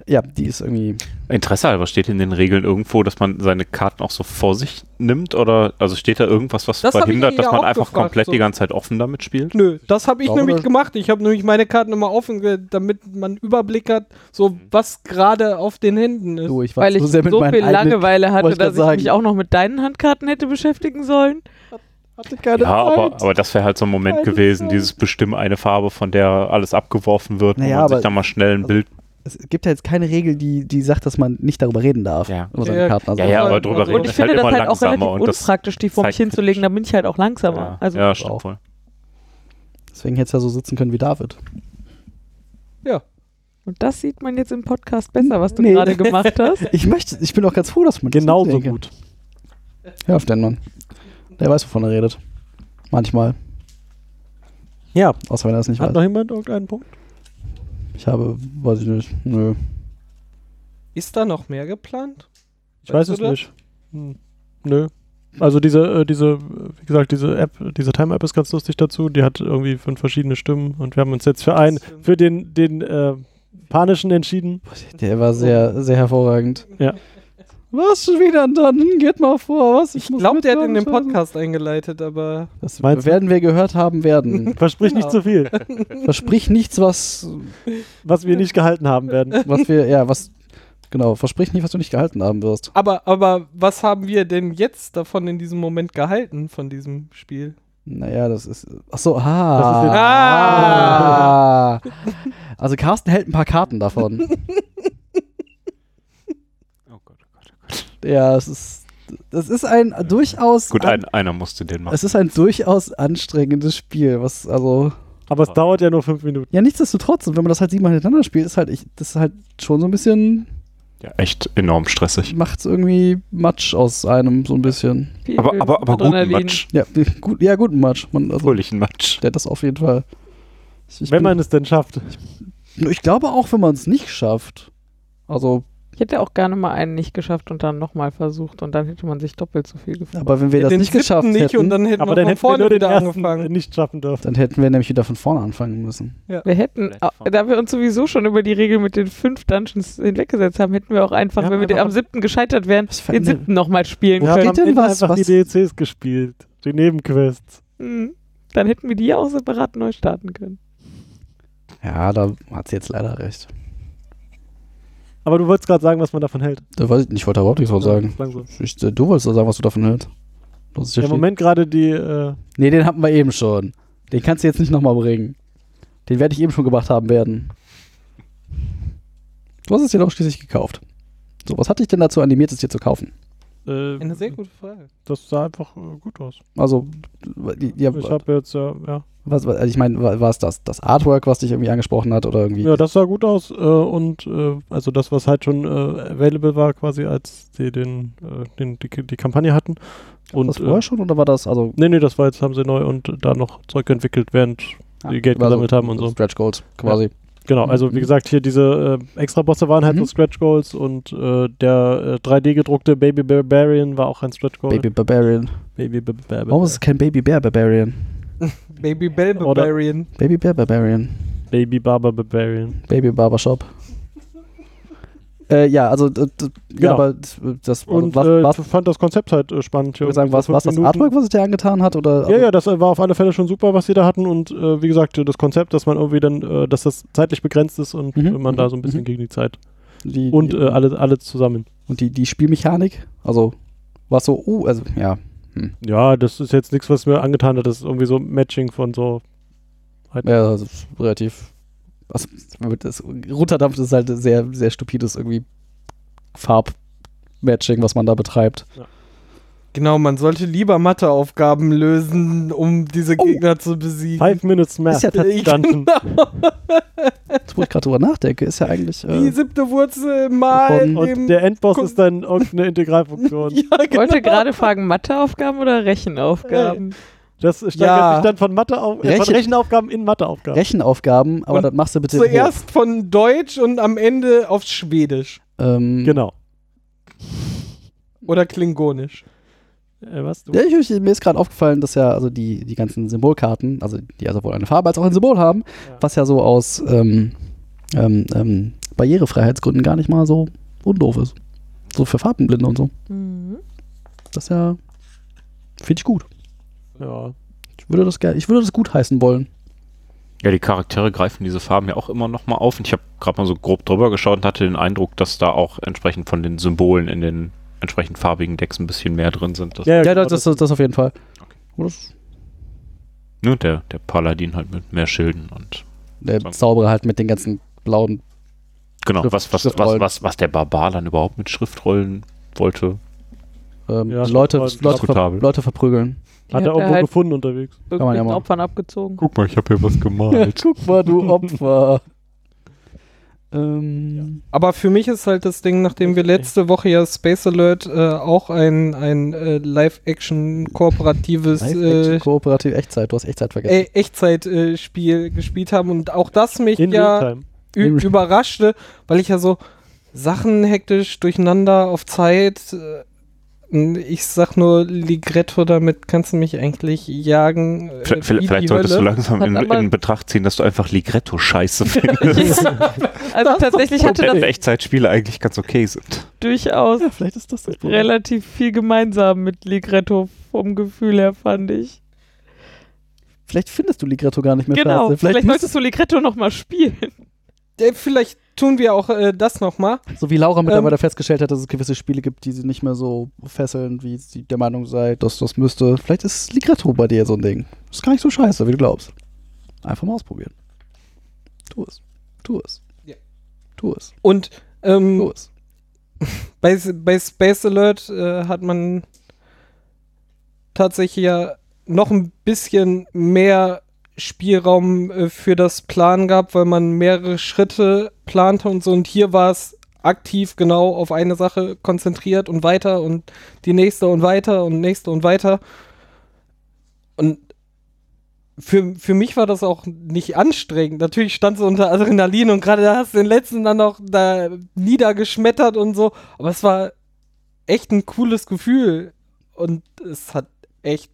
C: Ja, die ist irgendwie.
F: Interesse halber steht in den Regeln irgendwo, dass man seine Karten auch so vor sich nimmt oder also steht da irgendwas, was
A: Das hab ich
F: verhindert,
A: ihn
F: dass
A: ja
F: man
A: auch
F: einfach
A: gefragt,
F: komplett
A: so.
F: die ganze Zeit offen damit spielt?
A: Nö, das habe ich
C: glaube,
A: nämlich
C: das-
A: gemacht. Ich habe nämlich meine Karten immer offen, ge- damit man Überblick hat, so
E: Mhm.
A: was gerade auf den Händen ist.
C: Du, ich war
B: Weil ich
C: so
B: so
C: sehr mit meinen
B: viel
C: eigenen-
B: Langeweile hatte,
C: wollte ich grad
B: dass ich mich
C: sagen.
B: auch noch mit deinen Handkarten hätte beschäftigen sollen.
A: Hatte keine
F: Ja, aber, aber das wäre halt so ein Moment
A: Keine
F: gewesen,
A: Zeit.
F: dieses bestimmen eine Farbe, von der alles abgeworfen wird,
C: Naja,
F: wo man sich
C: aber-
F: dann mal schnell ein
C: also-
F: Bild.
C: Es gibt ja jetzt keine Regel, die, die sagt, dass man nicht darüber reden darf.
F: Ja.
C: Über seine
A: Ja,
C: Karten. Also,
F: Ja, ja, aber
A: halt
F: drüber
A: immer so.
F: reden
A: Und
B: Und ich
F: ist
B: finde
F: halt
B: das
F: immer
B: halt auch
F: langsamer
B: relativ
F: und das.
B: unpraktisch, die vor mich
F: zeigt
B: hinzulegen. Da bin ich halt auch langsamer.
F: Ja,
B: Also
F: ja stimmt
C: auch.
F: voll.
C: Deswegen hättest du ja so sitzen können wie David.
B: Und das sieht man jetzt im Podcast besser, was du
C: Nee.
B: gerade gemacht hast.
C: Ich möchte, ich bin auch ganz froh, dass man das
E: Genauso
C: denke.
E: gut.
C: Hör auf den Mann. Der weiß, wovon er redet. Manchmal.
E: Ja.
C: Außer wenn er es nicht
E: Hat
C: weiß.
E: noch jemand irgendeinen Punkt?
C: Ich habe, weiß ich nicht. Nö.
A: Ist da noch mehr geplant?
E: Ich weiß
A: Weißt
E: es
A: du das?
E: nicht. Hm. Nö. Also diese, äh, diese, äh, wie gesagt, diese App, diese Time-App ist ganz lustig dazu. Die hat irgendwie fünf verschiedene Stimmen und wir haben uns jetzt für einen,
A: stimmt.
E: für den, den äh, panischen entschieden.
C: Der war sehr, sehr hervorragend.
E: Ja.
C: Oh. Was schon wieder dann? Geht mal vor, was? Ich,
A: Ich glaube, der hat in den Podcast eingeleitet, aber
C: Das
E: Meinst du?
C: werden wir gehört haben werden.
E: Versprich nicht
A: Genau.
E: zu viel,
C: Versprich nichts, was,
E: was wir nicht gehalten haben werden.
C: was wir, ja, was, genau, versprich nicht, was du nicht gehalten haben wirst.
A: aber aber was haben wir denn jetzt davon in diesem Moment gehalten von diesem Spiel?
C: Naja, das ist, ach so,
E: Das ist jetzt-
C: ah. Also Carsten hält ein paar Karten davon.
F: Oh Gott, oh Gott, oh Gott.
C: ja, es ist, das ist ein durchaus,
F: Gut, ein,
C: an,
F: einer musste den machen.
C: es ist ein durchaus anstrengendes Spiel, was, also,
E: Aber es dauert ja nur fünf Minuten.
C: ja, nichtsdestotrotz, und wenn man das halt siebenmal hintereinander spielt, ist halt, ich, das ist halt schon so ein bisschen,
F: Ja, echt enorm stressig.
C: macht's irgendwie Matsch aus einem, so ein bisschen.
B: Viel
F: Aber, aber, aber guten
B: Adrenalin.
F: Matsch.
C: Ja, gut, ja, guten Matsch. Man, also,
F: Fröhlichen Matsch.
C: der hat das auf jeden Fall. Ich, ich
E: Wenn
C: bin-
E: man es denn schafft.
C: ich glaube auch, wenn man es nicht schafft. Also,
B: Ich hätte auch gerne mal einen nicht geschafft und dann nochmal versucht. Und dann hätte man sich doppelt so viel gefreut.
C: aber wenn wir das
A: den
C: nicht geschafft
A: siebten nicht
C: hätten,
A: und
C: dann,
A: dann hätten
E: Aber
A: wir
E: dann
A: von vorne
E: hätten wir nur den
A: wieder
E: ersten
A: angefangen.
E: nicht schaffen dürfen.
C: hätten wir nämlich wieder von vorne anfangen müssen.
B: Wir hätten, äh,
F: Vielleicht-
B: da wir uns sowieso schon über die Regel mit den fünf Dungeons hinweggesetzt haben, hätten wir auch einfach,
E: Ja,
B: wenn wir den,
E: einfach-
B: am siebten gescheitert wären,
C: Was für
B: den
C: eine-
B: siebten nochmal spielen
E: Wir haben
C: geht
E: am
C: denn
E: Ende
C: was?
E: einfach die
C: Was-
E: DLCs gespielt. Die Nebenquests.
B: können. Hm. Dann hätten wir die ja auch separat neu starten können.
C: Ja, da hat sie jetzt leider recht.
E: Aber du wolltest gerade sagen, was man davon hält.
C: Da weiß ich nicht, ich wollte überhaupt nichts von sagen.
E: Klang so.
C: Ich, äh, du wolltest doch sagen, was du davon hältst. Das ist ja
E: Ja, Im
C: schwierig.
E: Moment gerade die. Äh,
C: Nee, den hatten wir eben schon. Den kannst du jetzt nicht nochmal bringen. Den werde ich eben schon gemacht haben werden. Du hast es dir doch schließlich gekauft. So, was hat dich denn dazu animiert, es dir zu kaufen?
A: Eine sehr
E: äh,
A: gute Frage.
E: das sah einfach äh, gut aus.
C: Also, ja,
E: ich habe jetzt ja, ja.
C: was, was- also ich meine, war war es das, das Artwork, was dich irgendwie angesprochen hat oder irgendwie?
E: Ja, das sah gut aus. Äh, und äh, also das, was halt schon äh, available war, quasi, als sie den, äh, den, die, die Kampagne hatten.
C: war
E: Und,
C: das vorher
E: äh,
C: schon oder war das also
E: nee, nee, das war jetzt, haben sie neu und da noch Zeug entwickelt, während die Geld
C: war so
E: gesammelt haben und so.
C: Stretch Goals quasi?
E: Genau, also
C: Mhm.
E: wie gesagt, hier diese äh, Extra-Bosse waren halt
C: Mhm.
E: so Scratch Goals und äh, der äh, 3D-gedruckte Baby Barbarian war auch ein Scratch Goal.
C: Baby Barbarian.
E: Baby Barbarian.
C: Warum ist es kein Baby Bear Barbarian?
A: Baby Bell
E: Oder-
A: Barbarian.
C: Baby Bear Barbarian.
E: Baby Barber Barbarian.
C: Baby Barbershop. äh, ja, also d- d- ja,
E: Genau.
C: aber d- das
E: Und
C: was,
E: äh,
C: was,
E: ich fand das Konzept halt äh, spannend.
C: ich
E: hier
C: würd sagen,
E: irgendwie
C: was,
E: so
C: was
E: fünf
C: das
E: Minuten.
C: Artwork, was es dir angetan hat oder
E: Ja, ja, das äh, war auf alle Fälle schon super, was sie da hatten. Und äh, wie gesagt, äh, das Konzept, dass man irgendwie dann, äh, dass das zeitlich begrenzt ist und
C: Mhm.
E: äh, man da so ein bisschen
C: Mhm.
E: gegen die Zeit.
C: die,
E: Und
C: die,
E: äh, alle, alle zusammen.
C: und die, die Spielmechanik, also was so uh, also ja,
E: Ja, das ist jetzt nichts, was mir angetan hat. Das ist irgendwie so ein Matching von so.
C: ja das ist relativ also, wenn man das runterdampft ist halt sehr sehr stupides irgendwie Farbmatching, was man da betreibt.
A: Genau, man sollte lieber Matheaufgaben lösen, um diese
C: Oh.
A: Gegner zu besiegen.
E: Five Minutes Math.
C: Ist ja
A: Äh,
C: tatsächlich,
E: Dungeon.
C: jetzt, wo ich gerade drüber nachdenke, ist ja eigentlich
A: Die
C: äh,
A: siebte Wurzel mal
C: Von-
E: Und
A: dem.
E: der Endboss
A: Guck-
E: ist dann irgendeine Integralfunktion.
A: ja,
B: Ich wollte
F: Genau.
B: gerade fragen, Matheaufgaben oder Rechenaufgaben?
E: Das steigert
A: Ja.
E: sich dann von, Mathe auf, äh, von
C: Rechen-
E: Rechenaufgaben in Matheaufgaben.
C: Rechenaufgaben, aber
A: Und
C: das machst du bitte hoch.
A: Zuerst von Deutsch und am Ende auf Schwedisch
C: Ähm,
E: Genau.
A: oder Klingonisch.
E: Äh, was? Du?
C: Ja, ich, ich, mir ist gerade aufgefallen, dass ja also die, die ganzen Symbolkarten, also die ja sowohl eine Farbe als auch ein Symbol haben,
E: Ja.
C: was ja so aus ähm, ähm, ähm, Barrierefreiheitsgründen gar nicht mal so undoof ist. So für Farbenblinde und so.
B: Mhm.
C: Das ist ja finde ich gut.
E: Ja.
C: Ich würde das gerne, ich würde das gut heißen wollen.
F: Ja, die Charaktere greifen diese Farben ja auch immer nochmal auf. Und ich habe gerade mal so grob drüber geschaut und hatte den Eindruck, dass da auch entsprechend von den Symbolen in den entsprechend farbigen Decks ein bisschen mehr drin sind. Das,
C: Ja,
E: genau,
C: das, das, das, auf jeden Fall. Und Das,
F: ne, der, der Paladin halt mit mehr Schilden und
C: der
F: Sonst-
C: Zauberer halt mit den ganzen blauen.
F: genau,
C: Schrift-
F: was, was, was,
C: Schriftrollen.
F: was, was der Barbar dann überhaupt mit Schriftrollen wollte.
C: Ähm,
E: Ja,
C: Leute,
E: das war
C: Leute, ver
F: diskutabel.
C: Leute verprügeln.
B: Die
E: hat
B: hat
E: er
B: er
E: irgendwo
B: halt-
E: gefunden unterwegs.
C: man ja
B: Irgendwelchen
C: machen.
B: Opfern abgezogen.
F: Guck mal, ich habe hier was gemalt.
C: Guck mal, du Opfer. ähm,
A: Aber für mich ist halt das Ding, nachdem wir letzte Woche ja Space Alert äh, auch ein, ein äh, Live-Action-kooperatives äh,
C: Kooperative Echtzeit, du hast Echtzeit vergessen.
A: äh, Echtzeitspiel äh, Spiel gespielt haben und auch das mich
E: In
A: ja
E: Realtime.
A: ü-
C: In-
A: überraschte, weil ich ja so Sachen hektisch durcheinander auf Zeit. äh, Ich sag nur Ligretto, damit kannst du mich eigentlich jagen. äh,
F: V-
A: wie
F: Vielleicht,
A: die
F: vielleicht solltest du
A: Hölle.
F: langsam
B: Hat
F: in,
B: aber-
F: in Betracht ziehen, dass du einfach Ligretto-Scheiße findest.
B: Also tatsächlich hatte
F: Und
B: das
F: Echtzeitspiele eigentlich ganz okay sind.
B: durchaus
C: Ja, vielleicht ist das das
B: relativ viel gemeinsam mit Ligretto vom Gefühl her, fand ich.
C: Vielleicht findest du Ligretto gar nicht mehr
B: genau,
C: scheiße.
B: vielleicht,
C: Vielleicht,
B: solltest du Ligretto nochmal spielen.
A: Äh, Vielleicht tun wir auch äh, das nochmal.
C: so wie Laura mittlerweile festgestellt hat, dass es gewisse Spiele gibt, die sie nicht mehr so fesseln, wie sie der Meinung sei, dass das müsste. Vielleicht ist Ligretto bei dir so ein Ding. Ist gar nicht so scheiße, wie du glaubst. Einfach mal ausprobieren. Tu es. Tu es.
A: Ja.
C: Tu es.
A: Und ähm,
C: Tu es.
A: bei, S- bei Space Alert äh, hat man tatsächlich ja noch ein bisschen mehr Spielraum äh, für das Planen gab, weil man mehrere Schritte plante und so. Und hier war es aktiv genau auf eine Sache konzentriert und weiter und die nächste und weiter und nächste und weiter. Und für, für mich war das auch nicht anstrengend. Natürlich stand so unter Adrenalin und gerade da hast du den letzten dann auch da niedergeschmettert und so. Aber es war echt ein cooles Gefühl und es hat echt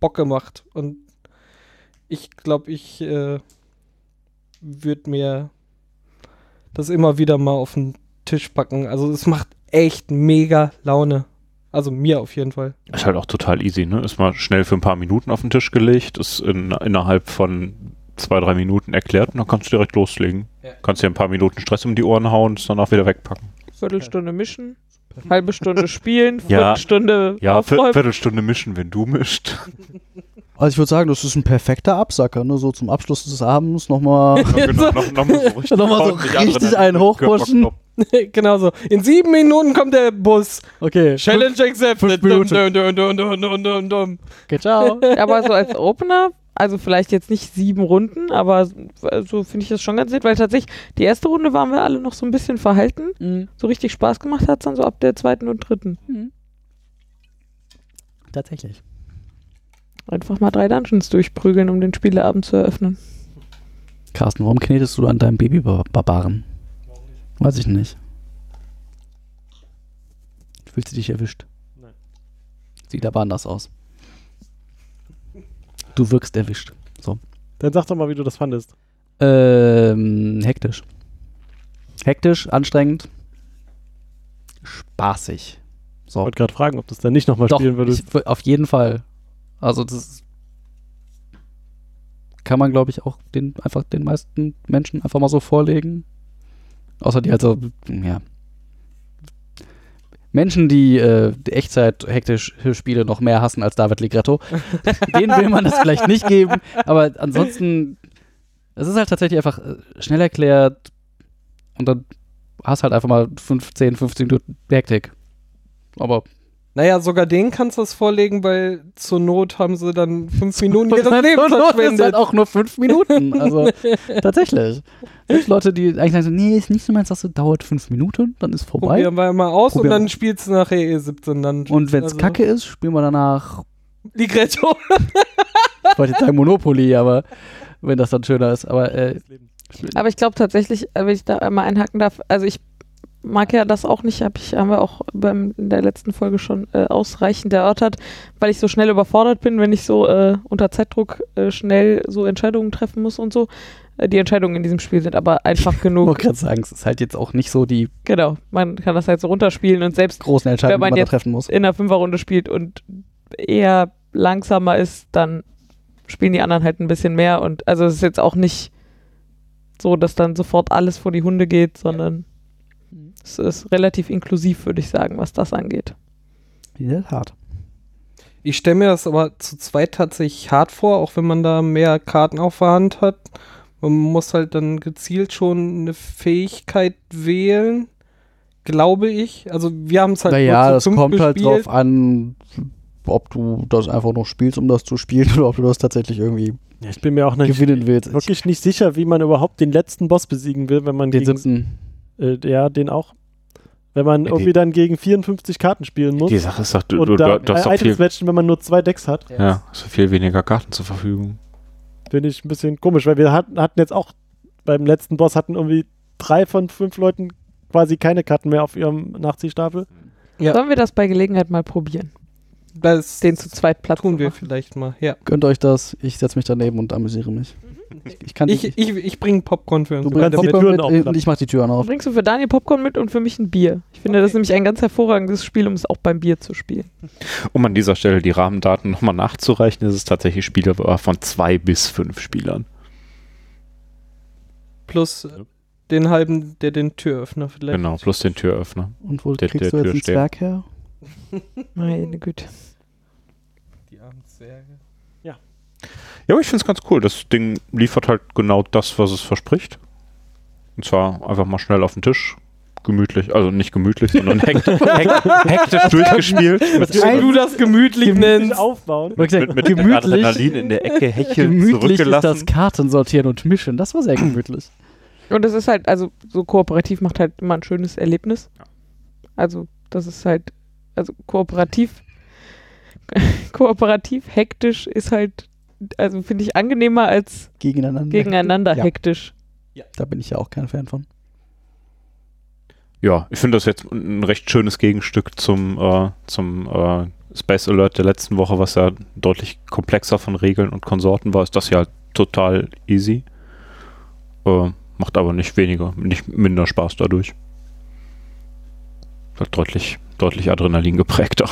A: Bock gemacht. Und ich glaube, ich äh, würde mir das immer wieder mal auf den Tisch packen. Also es macht echt mega Laune. Also mir auf jeden Fall.
F: Ist halt auch total easy, ne? Ist mal schnell für ein paar Minuten auf den Tisch gelegt, ist in, innerhalb von zwei, drei Minuten erklärt und dann kannst du direkt loslegen.
A: Ja.
F: Kannst dir ein paar Minuten Stress um die Ohren hauen und es danach wieder wegpacken.
B: Viertelstunde mischen, halbe Stunde spielen,
F: Ja.
B: Viertelstunde
F: Ja, Vier-
B: aufräumen.
F: Viertelstunde mischen, wenn du mischt.
C: Also ich würde sagen, das ist ein perfekter Absacker, ne? So zum Abschluss des Abends nochmal.
F: Ja, genau, noch, noch mal so richtig,
C: Noch mal so
F: ordentlich andere
C: richtig
F: dann-
C: einen hochpushen.
F: Körperknopf.
A: genau so. In sieben Minuten kommt der Bus.
C: Okay.
A: Challenge accepted. Dum, dum, dum, dum, dum, dum, dum, dum.
C: Okay, ciao.
B: aber so als Opener, also vielleicht jetzt nicht sieben Runden, aber so finde ich das schon ganz nett, weil tatsächlich die erste Runde waren wir alle noch so ein bisschen verhalten.
C: Mhm.
B: So richtig Spaß gemacht hat es dann so ab der zweiten und dritten.
C: Tatsächlich.
B: Einfach mal drei Dungeons durchprügeln, um den Spieleabend zu eröffnen.
C: Carsten, warum knetest du an deinem Babybarbaren? Weiß ich nicht. Fühlst du dich erwischt?
E: Nein.
C: Sieht aber anders aus. Du wirkst erwischt.
E: Dann sag doch mal, wie du das fandest.
C: Ähm, hektisch. Hektisch, anstrengend, spaßig.
E: Ich
C: So.
E: wollte gerade fragen, ob du es dann nicht nochmal
C: Doch,
E: spielen würdest.
C: ich wür- auf jeden Fall. Also das kann man, glaube ich, auch den, einfach den meisten Menschen einfach mal so vorlegen. Außer die also, ja. Menschen, die äh, die Echtzeit-Hektisch-Spiele noch mehr hassen als David Ligretto, denen will man das vielleicht nicht geben. Aber ansonsten, es ist halt tatsächlich einfach äh, schnell erklärt und dann hast halt einfach mal 15, 15 Minuten Hektik. Aber
A: Naja, sogar den kannst du es vorlegen, weil zur Not haben sie dann fünf Minuten
C: Und
A: ihres
C: dann
A: Lebens
C: nur- das ist halt
A: verschwendet.
C: auch nur fünf Minuten. Also tatsächlich. Es gibt Leute, die eigentlich sagen, so, nee, ist nicht so meins, das dauert fünf Minuten, dann ist vorbei.
A: Probieren wir mal aus
C: Probieren
A: und dann
C: wir.
A: spielst du nachher E17 dann.
C: Und wenn es
A: also-
C: kacke ist, spielen wir danach,
A: Ligretto.
C: ich wollte jetzt sagen Monopoly, aber wenn das dann schöner ist. Aber äh,
B: Aber ich glaube tatsächlich, äh, wenn ich da einmal einhaken darf, also ich mag ja das auch nicht, hab ich, haben wir auch beim, in der letzten Folge schon äh, ausreichend erörtert, weil ich so schnell überfordert bin, wenn ich so äh, unter Zeitdruck äh, schnell so Entscheidungen treffen muss und so. Äh, die Entscheidungen in diesem Spiel sind aber einfach
C: ich
B: genug.
C: wollte gerade sagen, es ist halt jetzt auch nicht so die
B: Genau, man kann das halt so runterspielen und selbst
C: großen
B: Wenn
C: Entscheidungen,
B: man
C: die man da
B: jetzt-
C: treffen muss.
B: in einer Fünferrunde spielt und eher langsamer ist, dann spielen die anderen halt ein bisschen mehr. Und also es ist jetzt auch nicht so, dass dann sofort alles vor die Hunde geht, sondern es ist relativ inklusiv, würde ich sagen, was das angeht.
C: In der Tat.
A: Ich stelle mir das aber zu zweit tatsächlich hart vor, auch wenn man da mehr Karten auf der Hand hat. Man muss halt dann gezielt schon eine Fähigkeit wählen, glaube ich. Also wir haben es halt
C: Naja,
A: nur
C: das
A: zu fünft
C: kommt halt
A: gespielt.
C: drauf an, ob du das einfach noch spielst, um das zu spielen, oder ob du das tatsächlich irgendwie
E: Ja, ich bin mir auch nicht,
C: gewinnen willst.
E: wirklich nicht sicher, wie man überhaupt den letzten Boss besiegen will, wenn man
C: Den
E: gegen,
C: siebten.
E: äh, ja, den auch. Wenn man
F: Ja, die-
E: irgendwie dann gegen 54 Karten spielen muss
F: Die Sache ist doch, du,
E: und
F: du,
E: da
F: du, du hast
E: äh,
F: doch
E: Items
F: viel,
E: matchen, wenn man nur zwei Decks hat,
F: ja, hast doch viel weniger Karten zur Verfügung.
E: finde ich ein bisschen komisch, weil wir hatten, hatten jetzt auch beim letzten Boss hatten irgendwie drei von fünf Leuten quasi keine Karten mehr auf ihrem Nachziehstapel.
A: Ja.
B: Sollen wir das bei Gelegenheit mal probieren?
A: Das
B: Den zu zweit Platz
A: tun
B: zu
A: wir
B: machen?
A: vielleicht mal. Ja.
C: Gönnt euch das. Ich setze mich daneben und amüsiere mich.
A: Mhm.
C: Ich, ich kann
A: Ich,
C: die,
A: ich, ich bringe Popcorn für
C: du
A: uns.
C: bringst
E: kannst die
C: Popcorn
E: Türen
C: mit,
E: aufklappen.
C: äh, ich mach die Türen auf.
B: Bringst du für Daniel Popcorn mit und für mich ein Bier? Ich finde das nämlich ein ganz hervorragendes Spiel, um es auch beim Bier zu spielen.
F: Um an dieser Stelle die Rahmendaten nochmal nachzureichen, ist es tatsächlich Spieler von zwei bis fünf Spielern.
A: Plus äh, den halben, der den Türöffner vielleicht.
F: Genau, plus den Türöffner.
C: Und wo
F: Der-
C: kriegst
F: der
C: du jetzt einen
F: Türsteher.
C: Zwerg her?
B: Meine Güte.
A: Die armen Zwerge.
F: Ja, aber ich finde es ganz cool. Das Ding liefert halt genau das, was es verspricht. Und zwar einfach mal schnell auf den Tisch. Gemütlich, also nicht gemütlich, sondern hekt, hekt, hektisch durchgespielt. Mit,
A: Wenn du das gemütlich
E: Gemütlich
A: nennst.
E: aufbauen.
F: mit, mit
C: Gemütlich.
F: Adrenalin in der Ecke hecheln,
C: Gemütlich ist
F: zurückgelassen.
C: das Karten sortieren und mischen. Das war sehr gemütlich.
B: Und das ist halt, also so kooperativ macht halt immer ein schönes Erlebnis. Also das ist halt, also kooperativ, kooperativ, hektisch ist halt, also finde ich angenehmer als
C: Gegeneinander.
B: gegeneinander
C: Ja.
B: hektisch.
C: Da bin ich ja auch kein Fan von.
F: Ja, ich finde das jetzt ein ein recht schönes Gegenstück zum, äh, zum äh, Space Alert der letzten Woche, was ja deutlich komplexer von Regeln und Konsorten war, ist das ja total easy. Äh, macht aber nicht weniger, nicht minder Spaß dadurch. Ist Halt deutlich, deutlich Adrenalin geprägter.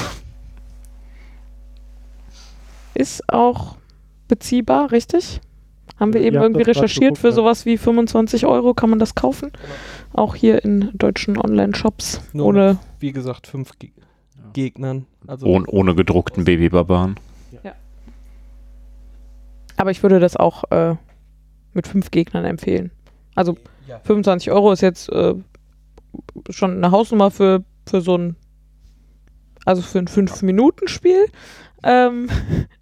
B: Ist auch beziehbar, richtig? Haben wir eben
E: Ja,
B: irgendwie
E: das grad
B: recherchiert
E: geguckt,
B: für
E: ja.
B: sowas wie 25 Euro kann man das kaufen. Auch hier in deutschen Online-Shops
A: Nur
B: ohne
A: Wie gesagt, fünf Ge Gegnern. Also
F: Ohne, ohne gedruckten Babybarbaren.
B: Aber ich würde das auch äh, mit fünf Gegnern empfehlen. Also
A: Ja.
B: 25 Euro ist jetzt äh, schon eine Hausnummer für, für so ein, also für ein 5-Minuten-Spiel. Ähm,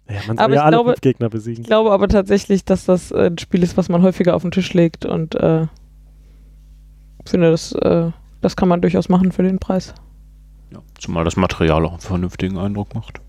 E: Ja, man soll
B: Aber
E: ja
B: ich
E: alle
B: glaube-
E: fünf Gegner besiegen.
B: ich glaube aber tatsächlich, dass das äh, ein Spiel ist, was man häufiger auf den Tisch legt und äh, finde, das, äh, das kann man durchaus machen für den Preis.
F: Ja. Zumal das Material auch einen vernünftigen Eindruck macht.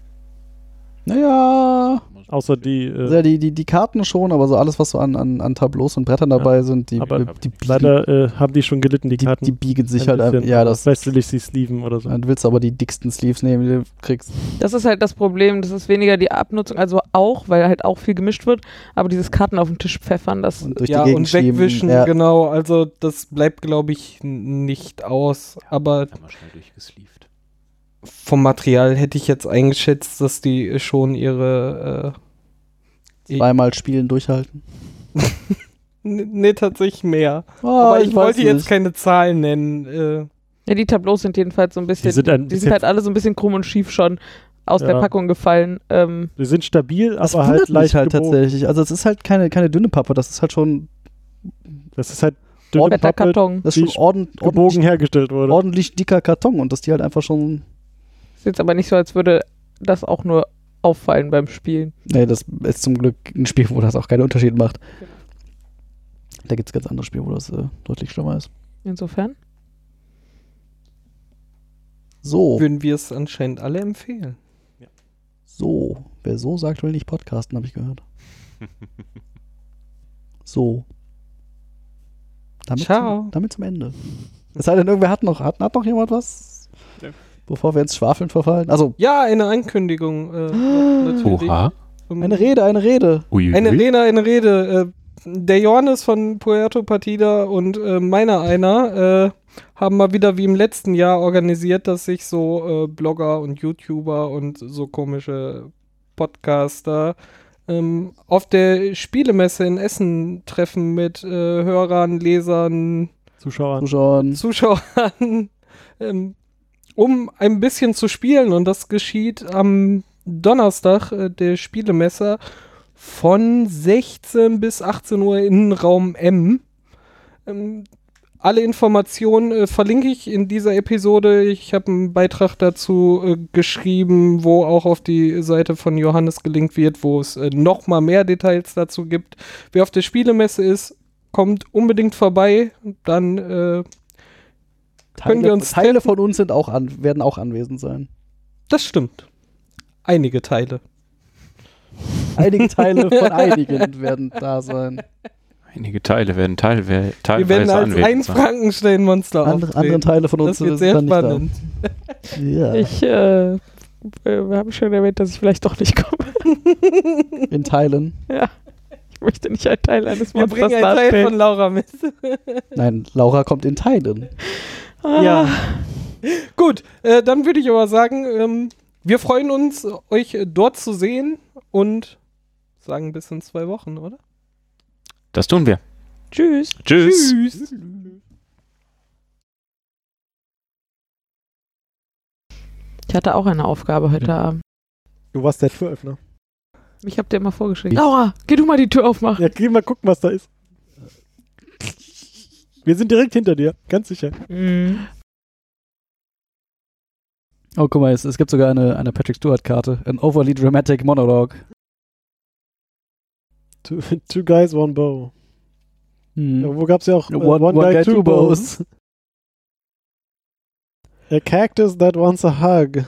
C: Naja.
E: Außer die. Äh,
C: Also ja, die, die, die Karten schon, aber so alles, was so an, an, an Tableaus und Brettern dabei sind, die,
E: Aber
C: die, die,
E: Leider äh, haben die schon gelitten, die
C: die,
E: Karten.
C: die biegen sich
E: ein
C: halt einfach.
E: bisschen.
C: Ja, das,
E: Weißt du, nicht sie sleeven oder so.
C: dann willst du aber die dicksten Sleeves nehmen, die du kriegst.
B: Das ist halt das Problem, das ist weniger die Abnutzung, also auch, weil halt auch viel gemischt wird, aber dieses Karten auf den Tisch pfeffern, das
C: Und durch
A: ja,
C: die Gegend
A: und
C: schieben.
A: wegwischen,
C: ja.
A: genau. Also das bleibt, glaube ich, n- nicht aus. Aber
F: Einmal schnell durchgesleeved.
A: vom Material hätte ich jetzt eingeschätzt, dass die schon ihre... Äh, eh-
C: Zweimal spielen, durchhalten.
A: äh, N- nee, tatsächlich mehr.
C: Oh,
A: Aber ich, wollte
C: weiß
A: jetzt
C: nicht.
A: keine Zahlen nennen. Äh,
B: Ja, die Tableaus sind jedenfalls so ein bisschen,
E: Die sind ein bisschen-
B: halt alle so ein bisschen krumm und schief schon aus
E: Ja.
B: der Packung gefallen. Ähm,
E: Die sind stabil,
C: Das
E: aber
C: wundert
E: halt leicht
C: mich halt
E: gebogen.
C: tatsächlich. Also es ist halt keine, keine dünne Pappe, das ist halt schon,
E: Das ist halt dünne
B: fetter
E: Pappe,
B: Karton.
C: das
E: Die
C: ist schon ordent,
E: gebogen
C: ordentlich,
E: hergestellt wurde.
C: ordentlich dicker Karton und dass die halt einfach schon
B: Ist jetzt aber nicht so, als würde das auch nur auffallen beim Spielen.
C: Nee, das ist zum Glück ein Spiel, wo das auch keinen Unterschied macht.
A: Genau.
C: Da gibt es ganz andere Spiele, wo das äh, deutlich schlimmer ist.
B: Insofern.
C: So,
A: Würden wir es anscheinend alle empfehlen.
C: so. Wer so sagt, will nicht podcasten, habe ich gehört. So. Damit
A: Ciao.
C: Zum, damit zum Ende. Es sei denn, irgendwer hat noch, hat, hat noch jemand was?
F: Nee.
C: Bevor wir ins Schwafeln verfallen. Also,
A: Ja, eine Ankündigung. Äh, natürlich. Um
F: Oha.
C: eine Rede, eine Rede.
F: Uiuiui.
A: Eine Rede, eine Rede. Äh, der Johannes von Puerto Partida und äh, meiner einer äh, haben mal wieder wie im letzten Jahr organisiert, dass sich so äh, Blogger und YouTuber und so komische Podcaster ähm, auf der Spielemesse in Essen treffen mit äh, Hörern, Lesern,
E: Zuschauer.
C: Zuschauern.
A: Zuschauern, ähm, um ein bisschen zu spielen. Und das geschieht am Donnerstag äh, der Spielemesse von 16 bis 18 Uhr in Raum M. Ähm, alle Informationen äh, verlinke ich in dieser Episode. Ich habe einen Beitrag dazu äh, geschrieben, wo auch auf die Seite von Johannes gelinkt wird, wo es äh, nochmal mehr Details dazu gibt. Wer auf der Spielemesse ist, kommt unbedingt vorbei. Dann äh,
C: Teile,
A: Können wir uns
C: Teile von uns sind auch an, werden auch anwesend sein.
A: Das stimmt. Einige Teile.
C: Einige Teile von einigen werden da sein.
F: Einige Teile werden teil, wer- teilweise
A: Wir werden als ein
F: anwesend sein.
A: Frankenstein-Monster
C: Andere,
A: auftreten.
C: andere Teile von uns
A: das wird
C: sind
A: sehr
C: dann nicht da.
A: spannend.
C: Ja.
B: Ich äh, äh, habe ich schon erwähnt, dass ich vielleicht doch nicht komme.
C: In Teilen.
B: Ich möchte nicht ein Teil eines
A: Wir
B: Monsters
A: bringen einen Teil von
B: darstellen.
A: Laura mit.
C: Nein, Laura kommt in Teilen.
B: Ah,
A: Ja. Gut, äh, dann würde ich aber sagen, ähm, wir freuen uns, euch äh, dort zu sehen und sagen bis in zwei Wochen, oder?
F: Das tun wir.
B: Tschüss.
F: Tschüss.
A: Tschüss.
B: Ich hatte auch eine Aufgabe heute Abend.
E: Du warst der
C: ne?
E: Türöffner.
B: Ich habe dir immer vorgeschrieben.
C: Ich-
B: Laura, geh du mal die Tür aufmachen.
E: Ja, geh mal gucken, was da ist. Wir sind direkt hinter dir, ganz sicher.
B: Mhm.
C: Oh, guck mal, es, es gibt sogar eine, eine Patrick Stewart-Karte. An overly dramatic monologue.
E: Two, two guys, one bow.
C: Hm.
E: Ja, wo gab's ja auch äh,
C: one, one guy, two
E: bows.
C: bows.
E: A cactus that wants a hug.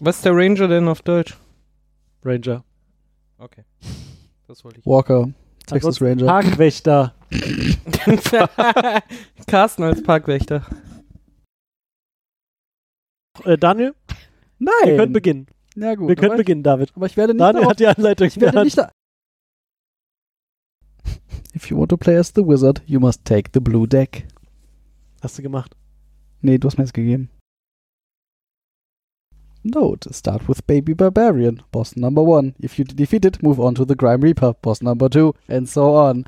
A: Was ist der Ranger denn auf Deutsch?
E: Ranger.
A: Okay. Das wollte ich.
C: Walker, Texas
E: Ansonsten-
C: Ranger.
E: Hagwächter.
A: Carsten als Parkwächter.
E: Äh, Daniel,
C: Nein!
E: wir können beginnen.
C: ja, gut.
E: Wir können
C: aber,
E: beginnen, David.
C: aber ich werde nicht
E: Daniel
C: darauf,
E: hat die Anleitung
C: Ich werde nicht da. If you want to play as the wizard, you must take the blue deck.
E: Hast du gemacht.
C: Nee, du hast mir jetzt gegeben. Note, start with Baby Barbarian, boss number one. If you defeat it, move on to the Grime Reaper, boss number two, and so on.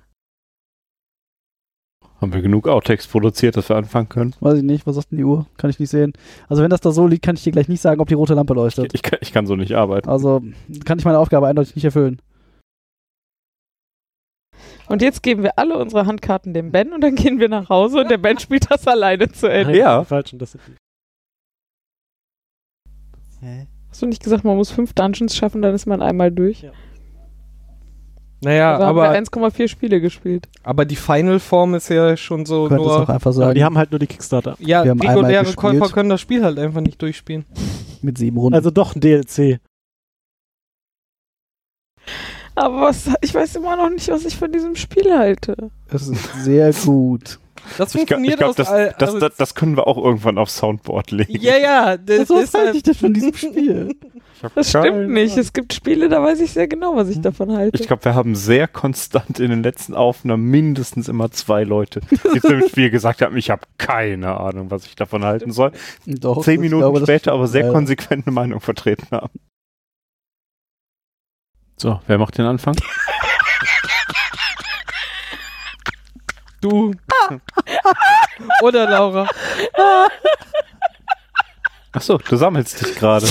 F: Haben wir genug Outtakes produziert, dass wir anfangen können?
C: Weiß ich nicht, was sagt denn die Uhr? Kann ich nicht sehen. Also wenn das da so liegt, kann ich dir gleich nicht sagen, ob die rote Lampe leuchtet.
F: Ich kann, ich kann so nicht arbeiten.
C: Also kann ich meine Aufgabe eindeutig nicht erfüllen.
B: Und jetzt geben wir alle unsere Handkarten dem Ben und dann gehen wir nach Hause und der Ben spielt das alleine zu Ende.
E: Nein,
F: Ja.
E: die Falschen, das sind die.
B: Hast du nicht gesagt, man muss fünf Dungeons schaffen, dann ist man einmal durch?
A: Naja,
B: also
A: aber,
B: haben wir 1,4 Spiele gespielt.
A: aber die Final-Form ist ja schon so
C: Könntest auch
A: nur.
C: einfach
E: Aber die
C: sagen, Hm.
E: haben halt nur die Kickstarter.
A: Ja,
C: Wir haben einmal
A: reguläre
C: gespielt.
A: Käufer können das Spiel halt einfach nicht durchspielen.
C: mit sieben Runden.
E: Also doch ein DLC.
B: Aber was, ich weiß immer noch nicht, was ich von diesem Spiel halte.
C: das ist sehr gut.
A: Das
F: Ich, glaub- ich
A: funktioniert
F: glaube,
A: aus
F: das,
A: all-
F: das,
A: also-
F: das, das können wir auch irgendwann aufs Soundboard legen.
A: Ja, ja, das,
C: Also, was
A: ist
C: halte
A: halt,
C: ich denn von diesem Spiel?
B: Das stimmt nicht. Es gibt Spiele, da weiß ich sehr genau, was ich davon halte.
F: Ich glaube, wir haben sehr konstant in den letzten Aufnahmen mindestens immer zwei Leute, die zum Spiel gesagt haben, ich habe keine Ahnung, was ich davon halten soll.
C: Doch,
F: Zehn
C: ich
F: Minuten
C: glaube, das
F: später aber sehr
C: leider.
F: konsequent eine Meinung vertreten haben. So, wer macht den Anfang?
A: du. Oder Laura.
F: Achso, du sammelst dich gerade.